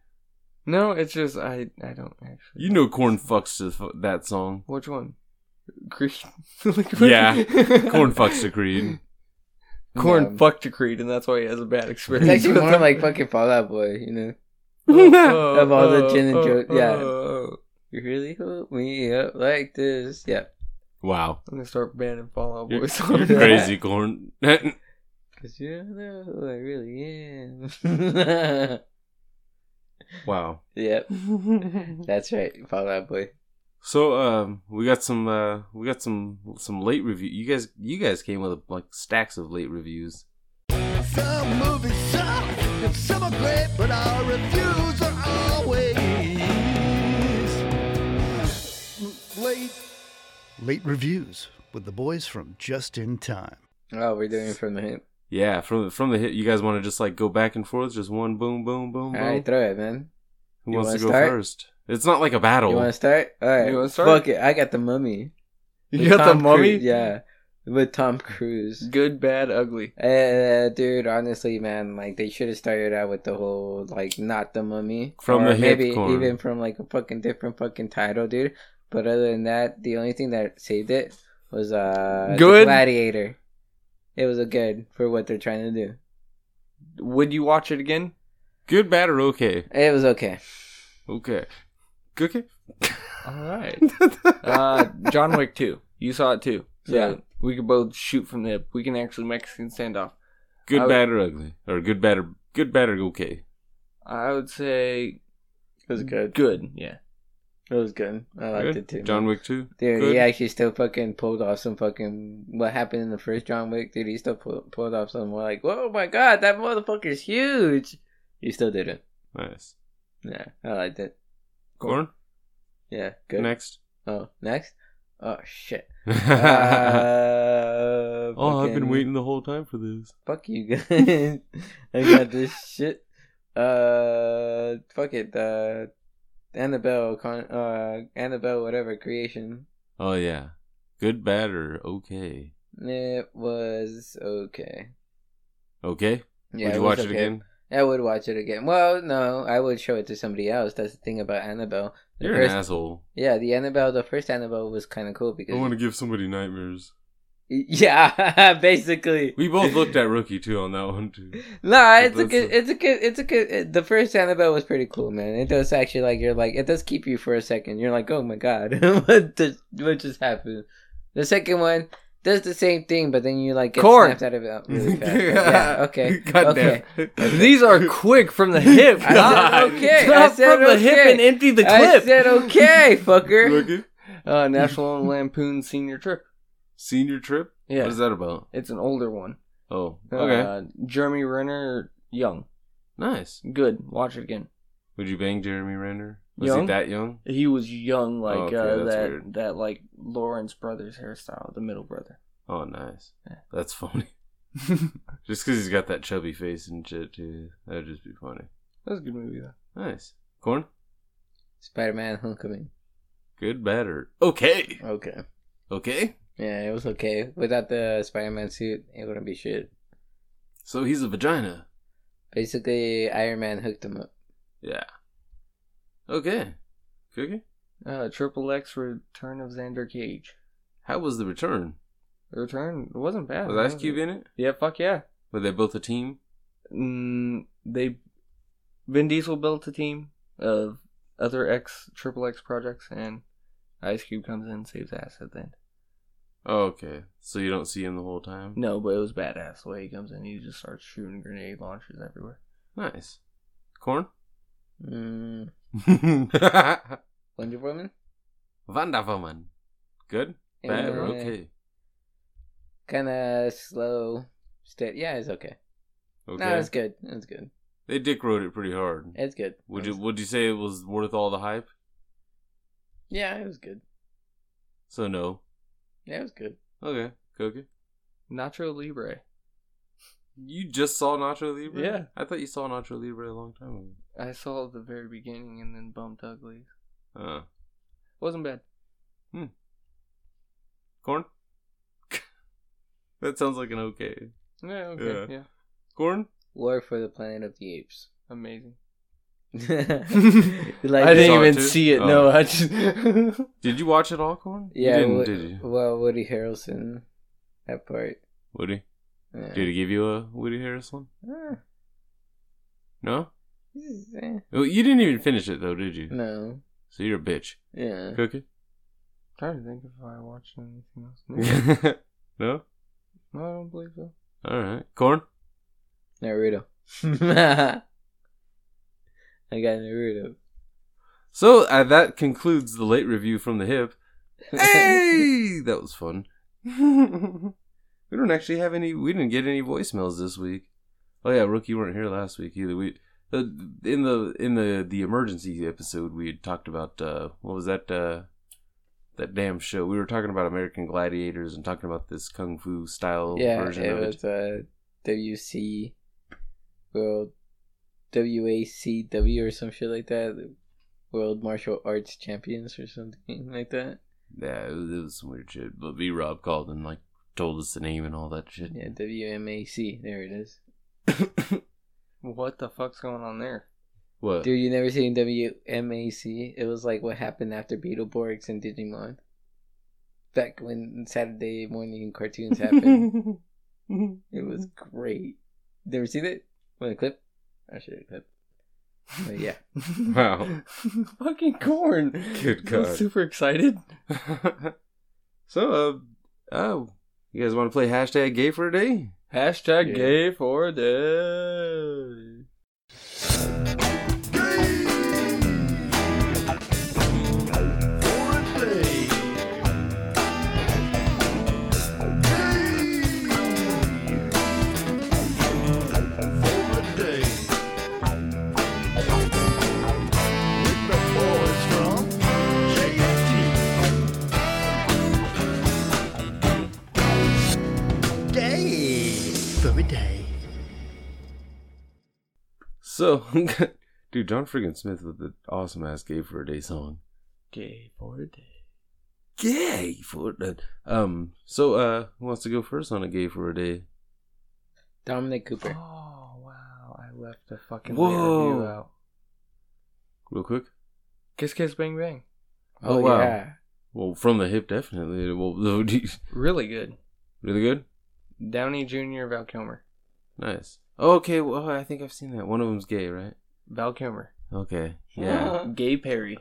No, it's just I I don't actually. You know, Corn fucks to f- that song. which one? Creed. Like, Yeah, Corn fucks to Creed. Corn Yeah. fucked to Creed, and that's why he has a bad It's experience. actually with more them. like fucking Fallout Boy, you know. Oh, Of all the oh, gin and oh, jo- yeah. oh. You really hook me up like this. Yeah. Wow, I'm gonna start banning Fallout you're, Boy you're songs. crazy, Corn. Cause you know who I really am. wow. yep. That's right. Fallout Boy. So um, we got some uh, we got some some late review. You guys, you guys came with like stacks of late reviews. Some movies suck, and some are great, but our reviews are always late. Late reviews with the boys from Just in Time. Oh, we're doing it from the hip. Yeah, from from the hit, you guys want to just like go back and forth, just one boom, boom, boom, boom. Alright, throw it, man. Who you wants to wanna go start? first? It's not like a battle. You wanna start? Alright. You wanna start? Fuck it. I got the mummy. You With got the Tom mummy? Cruise- yeah. With Tom Cruise. Good, bad, ugly. Uh, dude, honestly, man, like they should have started out with the whole like not the mummy From Or the hip maybe corner. even from like a fucking different fucking title, dude. But other than that, the only thing that saved it was uh the Good? gladiator. It was a good for what they're trying to do. Would you watch it again? Good, bad, or okay? It was okay. Okay, okay. All right. uh, John Wick 2. You saw it too. So Yeah. We could both shoot from the hip. We can actually Mexican standoff. Good, I would- bad, or ugly, or good, bad, or good, bad, or okay. I would say It was good. good. Yeah. It was good. I liked Good? it too. John man. Wick two. Dude, Good? he actually still fucking pulled off some fucking what happened in the first John Wick. Dude, he still pull, pulled off some like, whoa, my god, that motherfucker's huge. He still did it. Nice. Yeah, I liked it. Corn. Yeah, good. Next. Oh, next. Oh shit. Uh, oh, I've been fucking- waiting the whole time for this. Fuck you guys. I got this shit. Uh, fuck it. Uh, Annabelle, con- uh, Annabelle, whatever creation. Oh yeah. Good, bad, or okay. It was okay. Okay. Yeah, Would you was watch it okay. again? I would watch it again. Well, no, I would show it to somebody else. That's the thing about Annabelle. The You're first, an asshole. Yeah, the Annabelle, the first Annabelle was kind of cool because. I want to give somebody nightmares. yeah, basically. We both looked at Rookie too on that one too. No, it's a That's good, a- it's a good, it's a good. It, the first Annabelle was pretty cool, man. It does actually like you're like it does keep you for a second. You're like, oh my god, what just what just happened? The second one does the same thing, but then you like get Corn. snapped out of it really fast. Like, yeah, okay, God okay. These are quick from the hip. I said God. okay. Drop I said from the hip okay. and empty the I clip. said okay, fucker. Rookie. uh, National Lampoon Senior Trip. Senior trip. Yeah. What is that about? It's an older one. Oh, okay. Uh, Jeremy Renner, young. nice. Good. Watch it again. Would you bang Jeremy Renner? Was Young? he that young? He was young, like Oh, okay, uh, that's that weird. that like Lawrence Brothers hairstyle, the middle brother. Oh, nice. Yeah. That's funny. Just because he's got that chubby face and shit too, that'd just be funny. That was a good movie though. Nice. Corn. Spider Man Homecoming. Good, bad, or okay? Okay. Okay. Yeah, it was okay. Without the Spider Man suit, it wouldn't be shit. So he's a vagina. Basically, Iron Man hooked him up. Yeah. Okay. Cookie? Uh, Triple X Return of Xander Cage. How was the return? The return wasn't bad. Was Ice it? Cube in it? Yeah, fuck yeah. Were they both a team? Mm, they Vin Diesel built a team of other X Triple X projects, and Ice Cube comes in and saves ass at the end. Oh, okay. So you don't see him the whole time? No, but it was badass the way he comes in. He just starts shooting grenade launchers everywhere. Nice. Corn? Mm, Wonder Wonder Woman? Woman. Good? Bad? Uh, or Okay. Kind of slow. Sta- yeah, it's okay. Okay. No, it's good. It's good. They dick rode it pretty hard. It's good. Would you would you say it was worth all the hype? Yeah, it was good. So no. Yeah, it was good. Okay. Cookie? Nacho Libre. You just saw Nacho Libre? Yeah. I thought you saw Nacho Libre a long time ago. I saw the very beginning and then bumped ugly. Uh, Wasn't bad. corn? that sounds like an okay. Yeah, okay, yeah. Corn? War for the Planet of the Apes. Amazing. like, I saw didn't it even too? see it. Oh. No, I just. Did you watch it all, Corn? Yeah, You didn't, Wo- did you? well, Woody Harrelson, that part. Woody? Yeah. Did he give you a Woody Harris one? Ah, No? eh, Well, You didn't even finish it, though, did you? no. So you're a bitch. Yeah. Cookie? trying to think if I watched anything else. No, no? no, I don't believe so. Alright. Corn? Naruto. I got Naruto. So uh, that concludes the late review from the hip. Hey! that was fun. we don't actually have any, we didn't get any voicemails this week. Oh yeah, Rookie weren't here last week either. We uh, in the in the the emergency episode we had talked about uh, what was that uh, that damn show? We were talking about American Gladiators and talking about this kung fu style yeah, version it of was it. uh, WC World WACW or some shit like that. World Martial Arts Champions or something like that. Yeah, it was, it was some weird shit. But B Rob called and like told us the name and all that shit. Yeah, WMAC. There it is. What the fuck's going on there? What? Dude, you never seen WMAC? It was like what happened after Beetleborgs and Digimon. Back when Saturday morning cartoons happened. it was great. Never seen it? Want a clip? I should have clip. But yeah. Wow. Fucking corn. Good I was God. super excited. so, uh, oh, you guys want to play hashtag gay for a day? Hashtag Yeah. gay for day. So, dude, John Friggin Smith with the awesome ass gay for a day song. Gay for day. Gay for a day. Um, so, uh, who wants to go first on a gay for a day? Dominic Cooper. Oh wow! I left a fucking late Whoa. review out. Real quick. Kiss kiss bang bang. Oh, wow. Well, from the hip, definitely. Well, really Really good. good. Downey Jr. Val Kilmer. Nice. Okay, well, I think I've seen that. One of them's gay, right? Val Kilmer. Okay. Yeah. Gay Perry.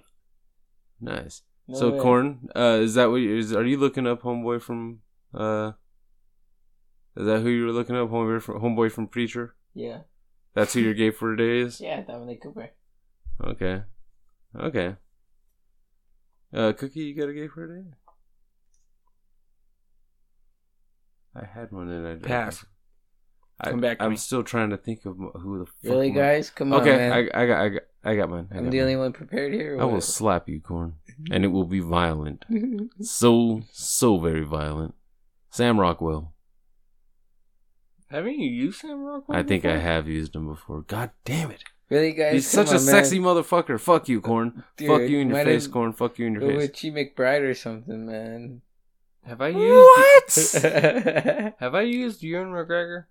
Nice. No so way. corn, uh, is that what you, is? Are you looking up homeboy from? Uh, is that who you were looking up homeboy from? Homeboy from preacher. Yeah. That's who your gay for today is. Yeah, Dominic Cooper. Okay, okay. Uh, Cookie, you got a gay for today? I had one and I drank Pass. it. I, Come back to I'm me. still trying to think of who the fuck Really, my- guys? Come on, okay, man. I, I got, I got, I got mine. I I'm got the mine. only one prepared here. or I will what? slap you, Corn, Mm-hmm. and it will be violent. so, so very violent. Sam Rockwell. Haven't you used Sam Rockwell? I think I before? have used him before. God damn it. Really, guys? He's Come such a on, man. sexy motherfucker. Fuck you, Corn. Dude, Fuck you in your why face, didn't- Corn. Fuck you in Go your face. with Chi McBride or something, man. Have I used What? Have I used Ewan McGregor?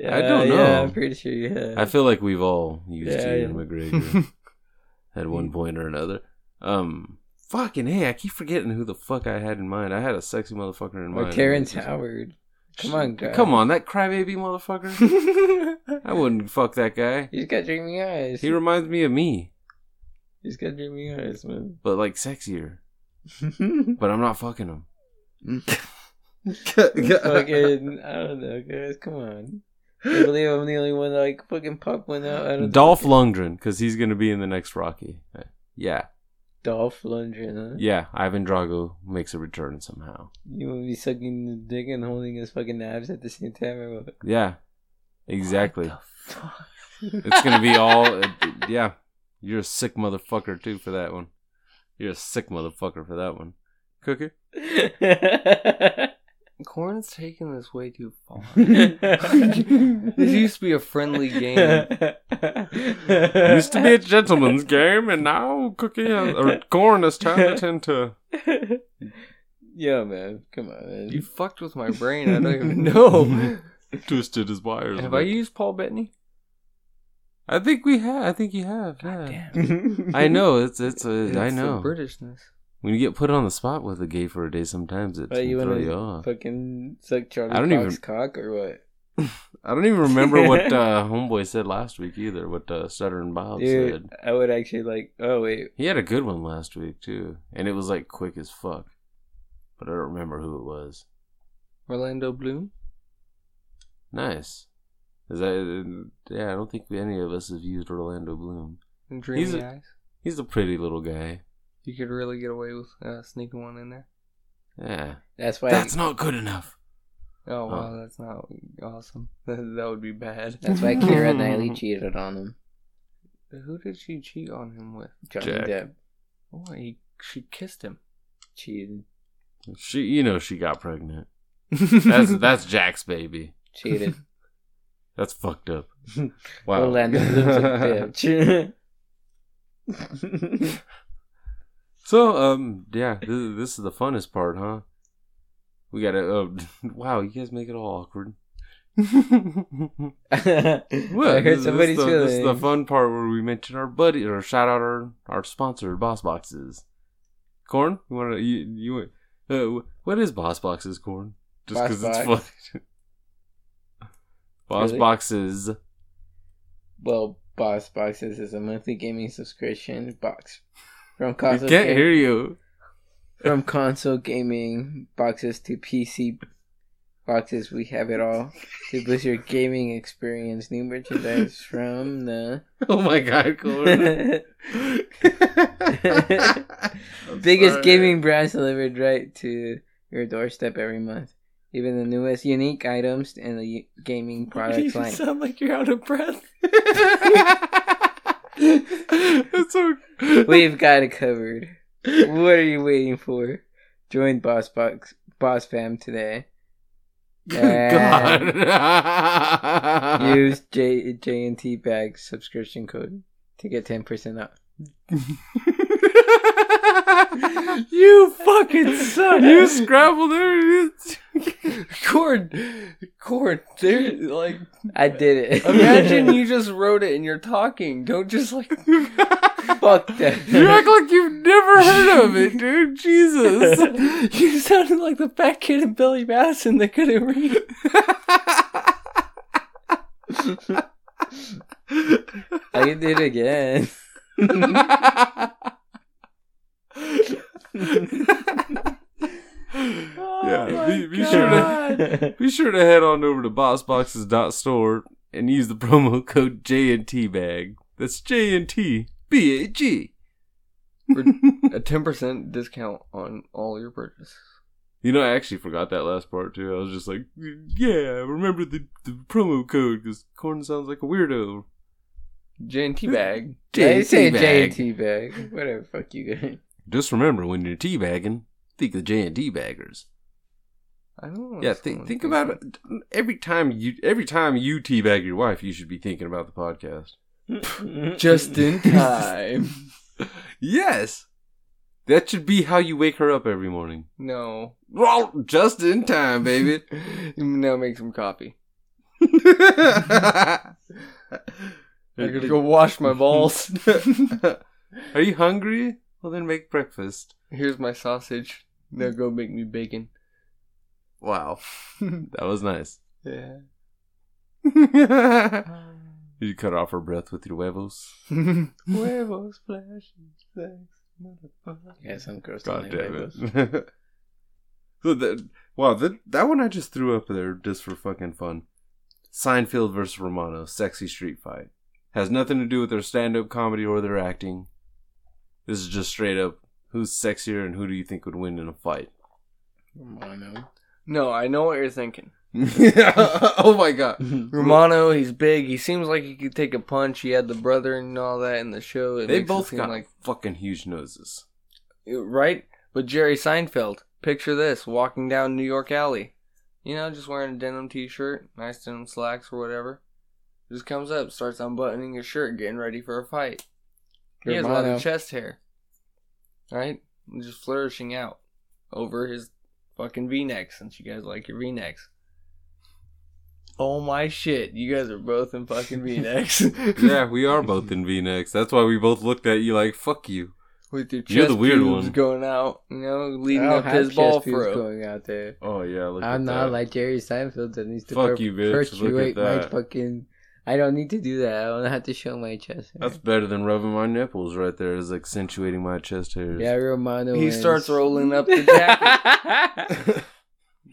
I don't Yeah, know. I'm pretty sure you have. I feel like we've all used Yeah, Ian yeah. McGregor at one point or another. Um, fucking hey, I keep forgetting who the fuck I had in mind. I had a sexy motherfucker in or mind. Terrence Howard. Come on, guys. Come on, that crybaby motherfucker. I wouldn't fuck that guy. He's got dreamy eyes. He reminds me of me, He's got dreamy eyes, man. but like sexier. But I'm not fucking him. fucking, I don't know, guys. Come on. I believe I'm the only one that, like fucking pop one out. out of Dolph Lundgren, because he's gonna be in the next Rocky. Yeah, Dolph Lundgren. Huh? yeah. Ivan Drago makes a return somehow. You want to be sucking the dick and holding his fucking abs at the same time? Or what? Yeah, exactly. It's gonna be all. uh, yeah, you're a sick motherfucker too for that one. You're a sick motherfucker for that one. Cooker. Corn's taking this way too far. this used to be a friendly game. Used to be a gentleman's game, and now Cookie has, or Corn has turned it into. Yo, man, come on, man. You fucked with my brain. I don't even know. Twisted his wires. Have I used Paul Bettany? I think we have. I think you have. Yeah. I know. It's it's. A, I It's the know. Britishness. When you get put on the spot with a gay for a day, sometimes it's But you throw want you to off. fucking suck Charlie I don't Cox's even- cock or what? I don't even remember what uh, homeboy said last week either. What uh, Sutter and Bob Dude, said. I would actually like. Oh wait, He had a good one last week too, and it was like quick as fuck. But I don't remember who it was. Orlando Bloom? Nice. Is that? Yeah, I don't think any of us have used Orlando Bloom. And Dreamy He's a- Eyes? He's a pretty little guy. You could really get away with uh, sneaking one in there. Yeah, that's why. that's not good enough. Oh, Huh. wow, that's not awesome. That, would be bad. that's why Kira Knightley cheated on him. Who did she cheat on him with? Johnny Jack. Depp Oh, he, she kissed him. cheated. She, you know, she got pregnant. That's that's Jack's baby. Cheated. That's fucked up. Wow. Wow. Orlando Bloom's a bitch. So, um, yeah, this, this is the funnest part, huh? We gotta. Oh, wow, you guys make it all awkward. what? I heard This- somebody's this, is the, this is the feelings. fun part where we mention our buddy or shout out our our sponsor, Boss Boxes. Corn, you wanna you you uh, what is Boss Boxes, Corn? Just because Boss it's Box. funny. Boss Really? Boxes. Well, Boss Boxes is a monthly gaming subscription box from I console can't ga- hear you. from console gaming boxes to PC boxes. We have it all to boost your gaming experience. New merchandise from the Oh my god, Corn. biggest gaming brands delivered right to your doorstep every month. Even the newest unique items and the u- gaming products line. sound like you're out of breath. it's okay. We've got it covered. What are you waiting for? Join Boss Box Boss Fam today. And God. Use J J and T Bag subscription code to get ten percent off. You fucking suck. you scrambled everything. Cord, cord. There, like, I did it. imagine you just wrote it and you're talking. Don't just like. fuck that. You act like you've never heard of it, dude. Jesus. you sounded like the fat kid in Billy Madison that couldn't read. I can do it again. Oh yeah, be, be sure to be sure to head on over to bossboxes.store and use the promo code JNTBAG. That's J N T B A G. For a ten percent discount on all your purchases. You know, I actually forgot that last part too. I was just like, yeah, I remember the, the promo code because Corn sounds like a weirdo. J and T Hmm. bag. I say J and J&T T Bag. Whatever. Fuck you guys. Just remember when you're teabagging, think of J and T baggers. I don't. know Yeah, if think someone think thinks about that. it. Every time you every time you teabag your wife, you should be thinking about the podcast. Just in time. Yes. That should be how you wake her up every morning. No. Well, just in time, baby. now make some coffee. I gotta go Are wash my balls. you hungry? Well, then make breakfast. Here's my sausage. Now go make me bacon. Wow. that was nice. Yeah. You cut off her breath with your huevos. Huevos flashing, thanks, motherfucker. Yeah, some girls don't God like damn labels. it. so that, wow, that, that one I just threw up there just for fucking fun. Seinfeld versus Romano, sexy street fight. Has nothing to do with their stand up comedy or their acting. This is just straight up who's sexier and who do you think would win in a fight? Romano. No, I know what you're thinking. oh my god. Romano, he's big. He seems like he could take a punch. He had the brother and all that in the show. It They makes it both seem got like fucking huge noses. right. But Jerry Seinfeld, picture this: walking down New York alley, you know, just wearing a denim T-shirt, nice denim slacks or whatever. Just comes up, starts unbuttoning his shirt, getting ready for a fight. He has a lot Romano. of chest hair, right? Just flourishing out over his fucking V-neck, since you guys like your V-necks. Oh my shit! You guys are both in fucking V-necks. yeah, we are both in V necks. That's why we both looked at you like, fuck you. with your chest You're the weird pubes one. going out, you know, leading I don't up to his have ball chest pubes throw. going out there. Oh, yeah. Look at I'm not that. like Jerry Seinfeld that needs to Fuck per- you, bitch. Look at perpetuate my that. fucking. I don't need to do that. I don't have to show my chest. hair. That's better than rubbing my nipples right there, is accentuating my chest hairs. yeah, Romano. He wins. starts rolling up the jacket,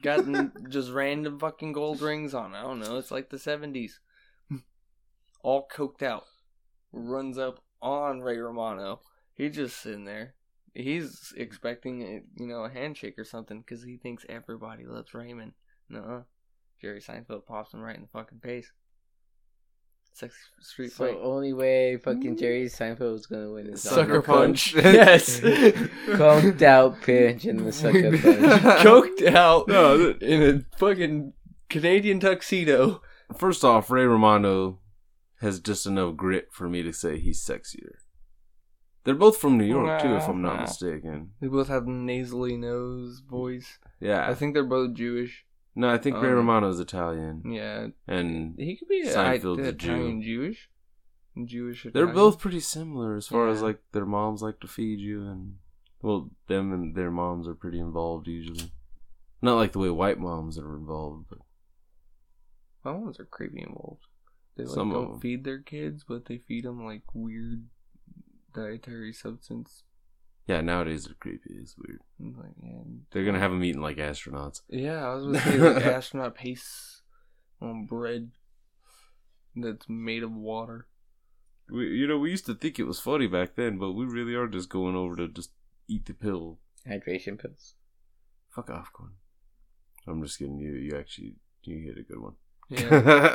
got n- just random fucking gold rings on. I don't know. It's like the seventies, all coked out. Runs up on Ray Romano. He's just sitting there. He's expecting, a, you know, a handshake or something because he thinks everybody loves Raymond. Nuh-uh. Jerry Seinfeld pops him right in the fucking face. Sex street so fight. only way fucking Jerry Seinfeld was gonna win is Sucker on- punch. yes. coked out pinch and the sucker punch. Coked out No, th- in a fucking Canadian tuxedo. First off, Ray Romano has just enough grit for me to say he's sexier. They're both from New York, too, if I'm not mistaken. They both have nasally nose voice. Yeah. I think they're both Jewish. no, I think Ray um, Romano's Italian. Yeah, And he could be a, Seinfeld's a Jew. Italian Jewish. Jewish. they're Italian. both pretty similar as far as, Yeah. like, their moms like to feed you and. Well, them and their moms are pretty involved usually. Not like the way white moms are involved, but My moms are creepy involved. They like Some of don't them. feed their kids, but they feed them like weird dietary substance. yeah, nowadays they're creepy. It's weird. And, Like, yeah. They're gonna have them eating like astronauts. yeah, I was gonna say like astronaut paste on bread that's made of water. We, you know, we used to think it was funny back then, but we really are just going over to just eat the pill. Hydration pills. Fuck off, Corn. I'm just kidding. You, you actually, you hit a good one. Yeah.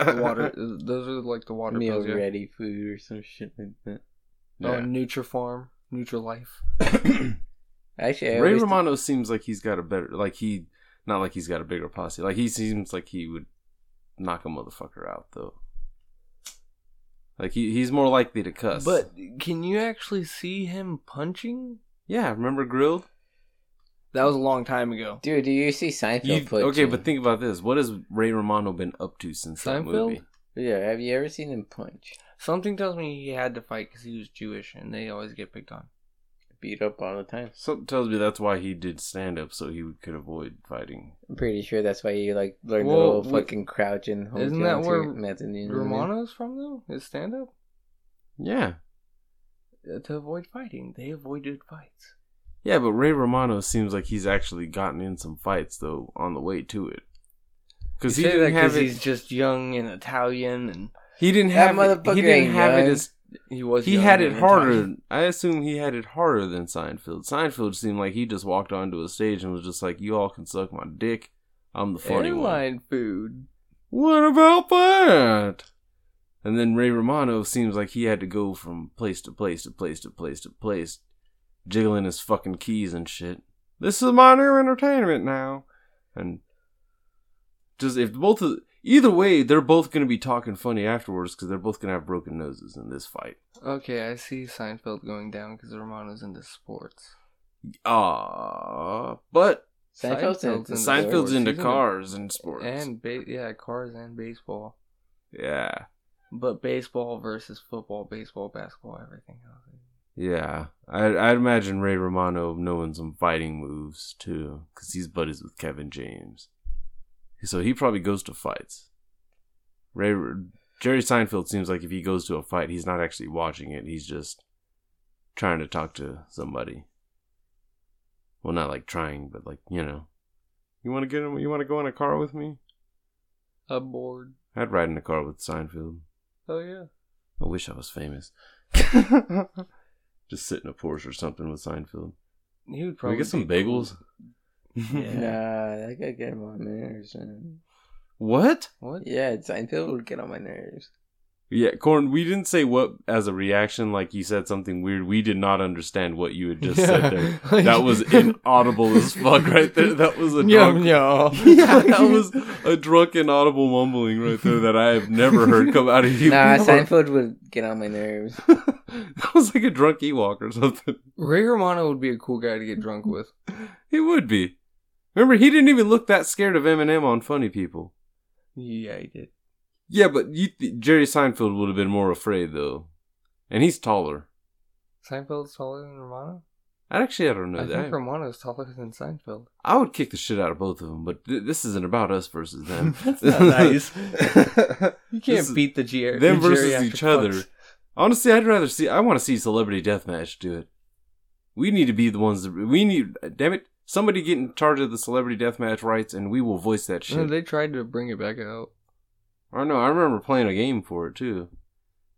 The water. Those are like the water Meal pills. Yeah. ready food or some shit like that. Oh, Nutrifarm, Nutrilife. Actually, I Ray always Romano seems like he's got a better, like he, not like he's got a bigger posse. Like he seems like he would knock a motherfucker out though. Like he, he's more likely to cuss. But can you actually see him punching? yeah, remember grilled? That was a long time ago. Dude, do you see Seinfeld You, footage? okay, in- but think about this. What has Ray Romano been up to since that Seinfeld? movie? Yeah, have you ever seen him punch? Something tells me he had to fight because he was Jewish, and they always get picked on. Beat up all the time. Something tells me that's why he did stand up so he could avoid fighting. I'm pretty sure that's why you like learned Well, the little we- fucking crouch and hold Isn't you that onto where your mezzanine. Mm-hmm. Romano's from though his stand up Yeah. uh, to avoid fighting. They avoided fights. Yeah, but Ray Romano seems like he's actually gotten in some fights though on the way to it. Cuz he You say didn't that have it, he's just young and Italian, and he didn't That have it, motherfucker he didn't ain't have it young. as he was. he young had it and harder. Italian. I assume he had it harder than Seinfeld. Seinfeld seemed like he just walked onto a stage and was just like, "You all can suck my dick. I'm the funny one." Airline food. What about that? And then Ray Romano seems like he had to go from place to place to place to place to place, jiggling his fucking keys and shit. This is my new entertainment now. And just if both of either way, they're both gonna be talking funny afterwards because they're both gonna have broken noses in this fight. Okay, I see Seinfeld going down because Romano's into sports. Ah, but Seinfeld's in- Seinfeld's in- Seinfeld's sports. into He's into- cars and sports. and ba- yeah, cars and baseball, yeah, but baseball versus football, baseball, basketball, everything else. yeah. I I'd imagine Ray Romano knowing some fighting moves too, because he's buddies with Kevin James. So he probably goes to fights. Ray Jerry Seinfeld seems like if he goes to a fight, he's not actually watching it. He's just trying to talk to somebody. Well, not like trying, but like you know. You want to get him? You want to go in a car with me? I'm bored. I'd ride in a car with Seinfeld. Oh yeah. I wish I was famous. Just sit in a Porsche or something with Seinfeld. He would Can we probably get some be cool. bagels? Nah, that could get on my nerves, man. What? What? Yeah, Seinfeld would get on my nerves. Yeah, Corn, we didn't say what as a reaction, like you said something weird. We did not understand what you had just said there. That was inaudible as fuck right there. That was a drunk, Yum yum. yeah, that was a drunk inaudible mumbling right there that I have never heard come out of you. Nah, before. Seinfeld would get on my nerves. that was like a drunk Ewok or something. Ray Romano would be a cool guy to get drunk with. He would be. Remember, he didn't even look that scared of Eminem on Funny People. Yeah, he did. Yeah, but you th- Jerry Seinfeld would have been more afraid though, and he's taller. Seinfeld's taller than Romano. I actually I don't know I that. think Romano's taller than Seinfeld. I would kick the shit out of both of them, but th- this isn't about us versus them. you This can't is- beat the GR. them versus each other. Honestly, I'd rather see. I want to see Celebrity Deathmatch do it. We need to be the ones. That, we need. Damn it! Somebody get in charge of the Celebrity Deathmatch rights, and we will voice that shit. They tried to bring it back out. I know. I remember playing a game for it too.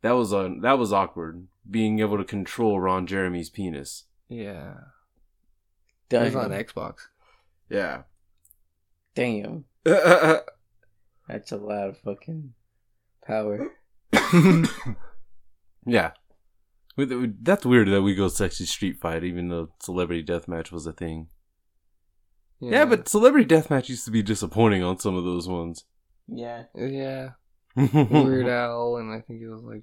That was on. That was awkward. Being able to control Ron Jeremy's penis. Yeah, it was on Damn. Xbox. Yeah. Damn. That's That's a lot of fucking power. yeah. With- with- That's weird that we go sexy street fight, even though celebrity deathmatch was a thing. Yeah. but celebrity deathmatch used to be disappointing on some of those ones. Yeah. yeah, Weird Al, and I think it was like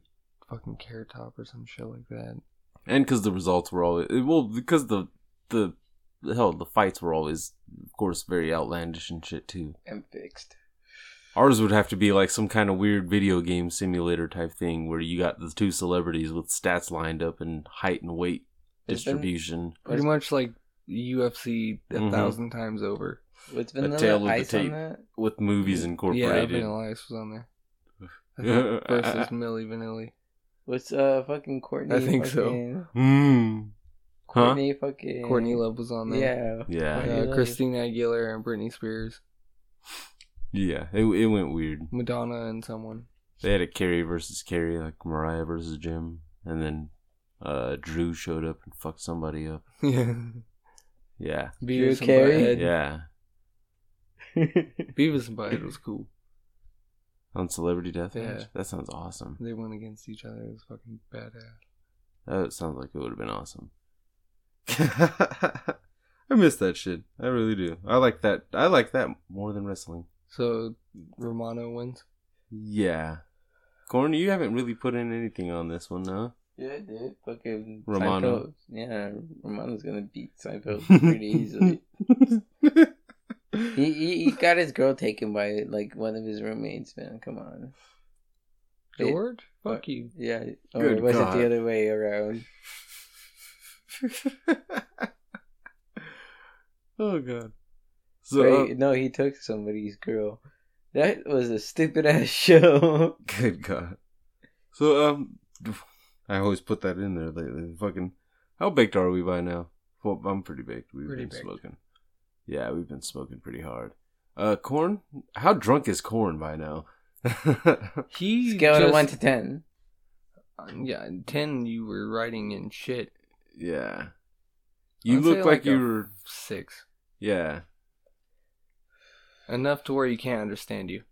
fucking Carrot Top or some shit like that. and because the results were always eh, well, because the the hell the fights were always, of course, very outlandish and shit too. I'm fixed. Ours would have to be like some kind of weird video game simulator type thing where you got the two celebrities with stats lined up and height and weight It's been- distribution. Pretty much like UFC a Mhm. thousand times over. What's A Vanilla tale of the Ice on tape. that? with movies Yeah, incorporated. Vanilla Ice was on there. I think versus Milli Vanilli. What's uh fucking Courtney? I think so. fucking, Mm. Huh? Courtney fucking Courtney Love was on there. Yeah. Uh, Yeah, Courtney Love. Christina Aguilera and Britney Spears, yeah. It, it went weird. Madonna and someone. They had a Carrie versus Carrie, like Mariah versus Jim, and then uh, Drew showed up and fucked somebody up. Yeah, Yeah, Beavis and Carey? Butthead. yeah. Beavis and Butthead was cool. On Celebrity Deathmatch, Yeah. that sounds awesome. They went against each other. It was fucking badass. That sounds like it would have been awesome. I miss that shit. I really do. I like that. I like that more than wrestling. So Romano wins. Yeah. Corn, you haven't really put in anything on this one, no? Yeah, dude. Fucking Romano. Seinfeld. Yeah, Romano's gonna beat Seinfeld pretty easily. He, he he got his girl taken by like one of his roommates, man. Come on. It- George, fuck you. Yeah. Or Good was it God. the other way around? oh god. So uh, Right? No, he took somebody's girl. That was a stupid ass show. good god. So um, I always put that in there lately. Fucking, how baked are we by now? Well, I'm pretty baked. We've Pretty been baked. smoking. Yeah, we've been smoking pretty hard. Uh, corn. How drunk is corn by now? He Scale to just- uh, one to ten. yeah, ten. You were writing in shit. yeah. You I'd look say like, like a- you were. Six. Yeah. Enough to where you can't understand you.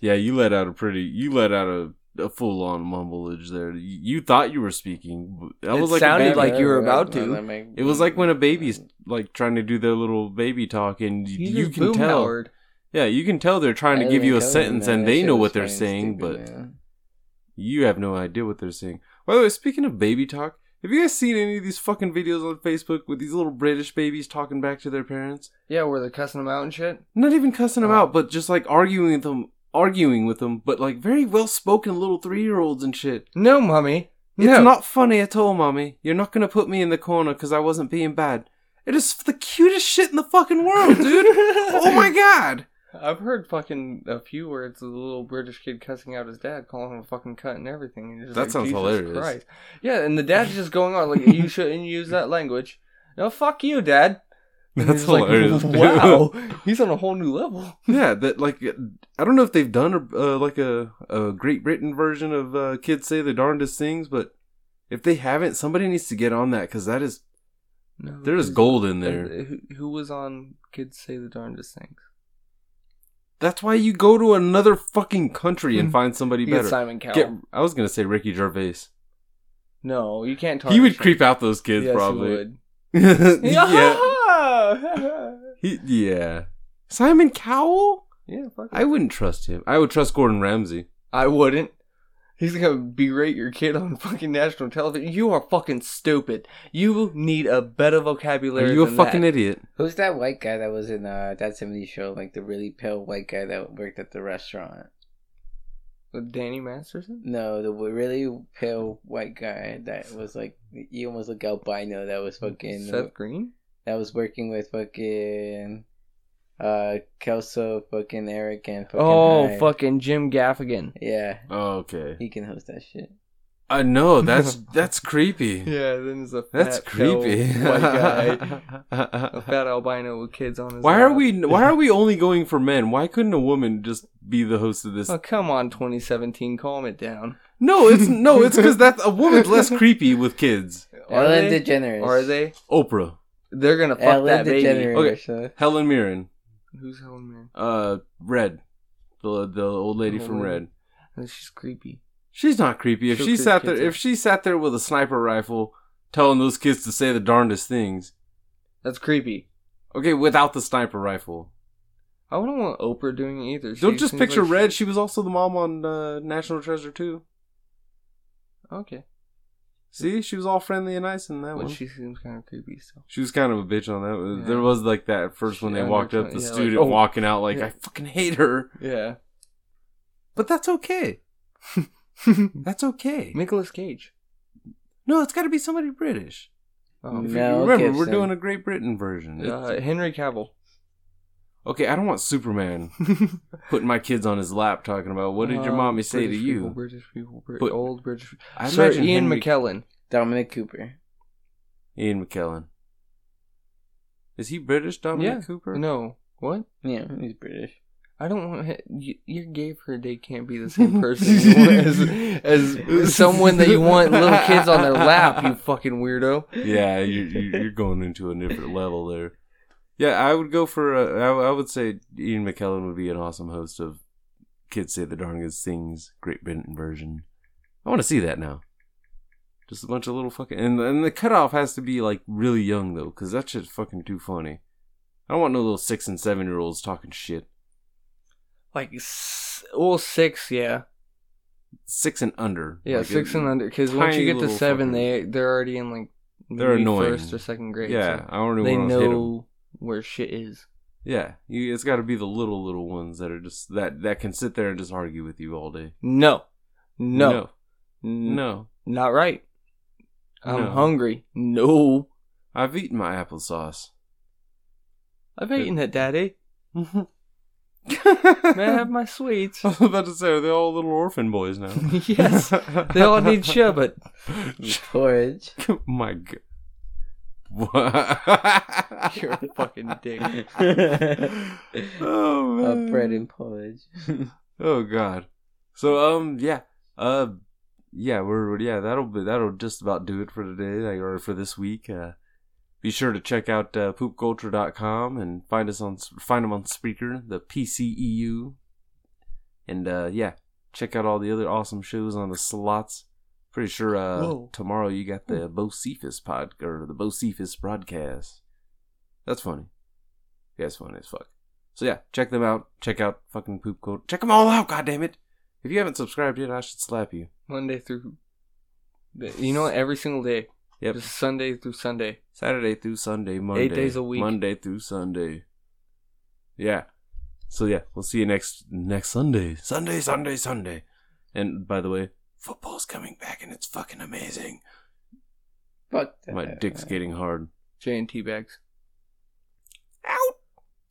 Yeah, you let out a pretty, you let out a, a full on mumbleage there. You, you thought you were speaking. but That It was like a sounded baby. like you were about to. It was like when a baby's like trying to do their little baby talk, and y- He's you just can boom tell. powered. Yeah, you can tell they're trying to give you a sentence, and they know what they're saying, but you have no idea what they're saying. By the way, speaking of baby talk, Have you guys seen any of these fucking videos on Facebook with these little British babies talking back to their parents? Yeah, where they're cussing them out and shit. Not even cussing them Oh. out, but just like arguing with them, arguing with them, but like very well spoken little three year olds and shit. No, mommy. No. It's not funny at all, mommy. You're not gonna put me in the corner because I wasn't being bad. It is the cutest shit in the fucking world, dude. oh my god. I've heard fucking a few words of the little British kid cussing out his dad, calling him a fucking cunt and everything. And you're just That like, sounds "Jesus hilarious." Christ. Yeah, and the dad's just going on like, "You shouldn't use that language." No, fuck you, dad. And That's you're just hilarious. Like, wow, he's on a whole new level. yeah, that like I don't know if they've done a, uh, like a, a Great Britain version of uh, "Kids Say the Darndest Things," but if they haven't, somebody needs to get on that because that is No, there is gold in there. Who, who was on Kids Say the Darndest Things? That's why you go to another fucking country Hmm. and find somebody You get better. Simon Cowell. Get, I was gonna say Ricky Gervais. No, you can't talk. He would creep out those kids yes, He probably. would. yeah, Yeah. He- yeah. Simon Cowell. yeah. Fuck. I wouldn't trust him. I would trust Gordon Ramsay. I wouldn't. He's gonna berate your kid on fucking national television. You are fucking stupid. You need a better vocabulary. Are you a than fucking that. idiot? Who's that white guy that was in uh, that 70s show? Like the really pale white guy that worked at the restaurant. With Danny Masterson? No, the w- really pale white guy that was like you almost look albino. That was fucking uh, Seth Green? that was working with fucking uh Kelso, fucking Eric, and fucking oh, Hyde. fucking Jim Gaffigan. yeah, Oh, okay. he can host that shit. I know that's that's creepy. Yeah, then there's a fat That's creepy. pale white guy, a fat albino with kids on his. why are lap. we why are we only going for men? Why couldn't a woman just be the host of this? Oh come on, 2017, calm it down. No, it's no, it's because that a woman's less creepy with kids. Are Ellen they? DeGeneres. Are they? Oprah, They're gonna fuck Ellen that baby. DeGeneres. uh, Helen Mirren, Who's Helen Mirren? uh, Red, the the old lady from Red. Oh, She's creepy. She's not creepy. If She'll she creep sat there, kids out. if she sat there with a sniper rifle, telling those kids to say the darndest things. That's creepy. Okay, without the sniper rifle. I wouldn't want Oprah doing it either. Don't She just seems picture like she- Red. She was also the mom on uh, National Treasure too. Okay. See, she was all friendly and nice in that But one. she seems kind of creepy still. She was kind of a bitch on that. Yeah. There was like that at first when She- they I know walked what up, you- the yeah, like, student oh, walking out like, yeah. I fucking hate her. Yeah. But that's okay. That's okay. Nicholas Cage. No, it's got to be somebody British. Oh, No. If f- you remember, we're Gibson. doing a Great Britain version. uh, It's- Henry Cavill. okay, I don't want Superman putting my kids on his lap talking about what did your Uh, mommy say British to People, you? British people, Brit- But- old British. I Sir imagine Ian Henry- McKellen. Dominic Cooper. Ian McKellen. Is he British, Dominic Yeah. Cooper? No, what? Yeah, he's British. I don't want he- you, your gay for a day can't be the same person you want as, as someone that you want little kids on their lap. You fucking weirdo. yeah, you're, you're you're going into a different level there. Yeah, I would go for. uh, I I would say Ian McKellen would be an awesome host of "Kids Say the Darndest Things" Great Britain version. I want to see that now. Just a bunch of little fucking and and the cutoff has to be like really young though, because that shit's fucking too funny. I don't want no little six and seven year olds talking shit. Like, s- well, six, yeah, Six and under. yeah, Like, six it- and under. Because once tiny you get to little seven, fuckers. they they're already in like They're maybe annoying. first or second grade. Yeah, so I don't they want to hit 'em. know where shit is. Yeah, you, it's got to be the little little ones that are just that that can sit there and just argue with you all day. No. No. no, N- no. Not right. I'm No. hungry. No. I've eaten my applesauce. I've eaten it, Daddy. Man, May I have my sweets? I was about to say, are they all little orphan boys now? yes. They all need sherbet. Porridge. my God. What? You're a fucking dick. oh Uh, man. bread and porridge. Oh god. So um yeah. Uh yeah, we're we're- yeah, that'll be that'll just about do it for today like, or for this week. Uh be sure to check out uh, poopculture.com and find us on find them on Spreaker, the PCEU. And uh yeah, check out all the other awesome shows on the slots. Pretty sure uh Whoa. tomorrow you got the Bo Cephas pod or the Bo Cephas broadcast. That's funny. Yeah, it's funny as fuck. So yeah, check them out. Check out fucking poop code. Check them all out. God damn it! If you haven't subscribed yet, I should slap you. Monday through. You know what? Every single day. Yep. Just Sunday through Sunday. Saturday through Sunday, Monday. days a week. Monday through Sunday. Yeah. So yeah, we'll see you next next Sunday. Sunday, Sunday, Sunday. And by the way, football's coming back and it's fucking amazing. Fuck that. My dick's getting hard. J and T bags.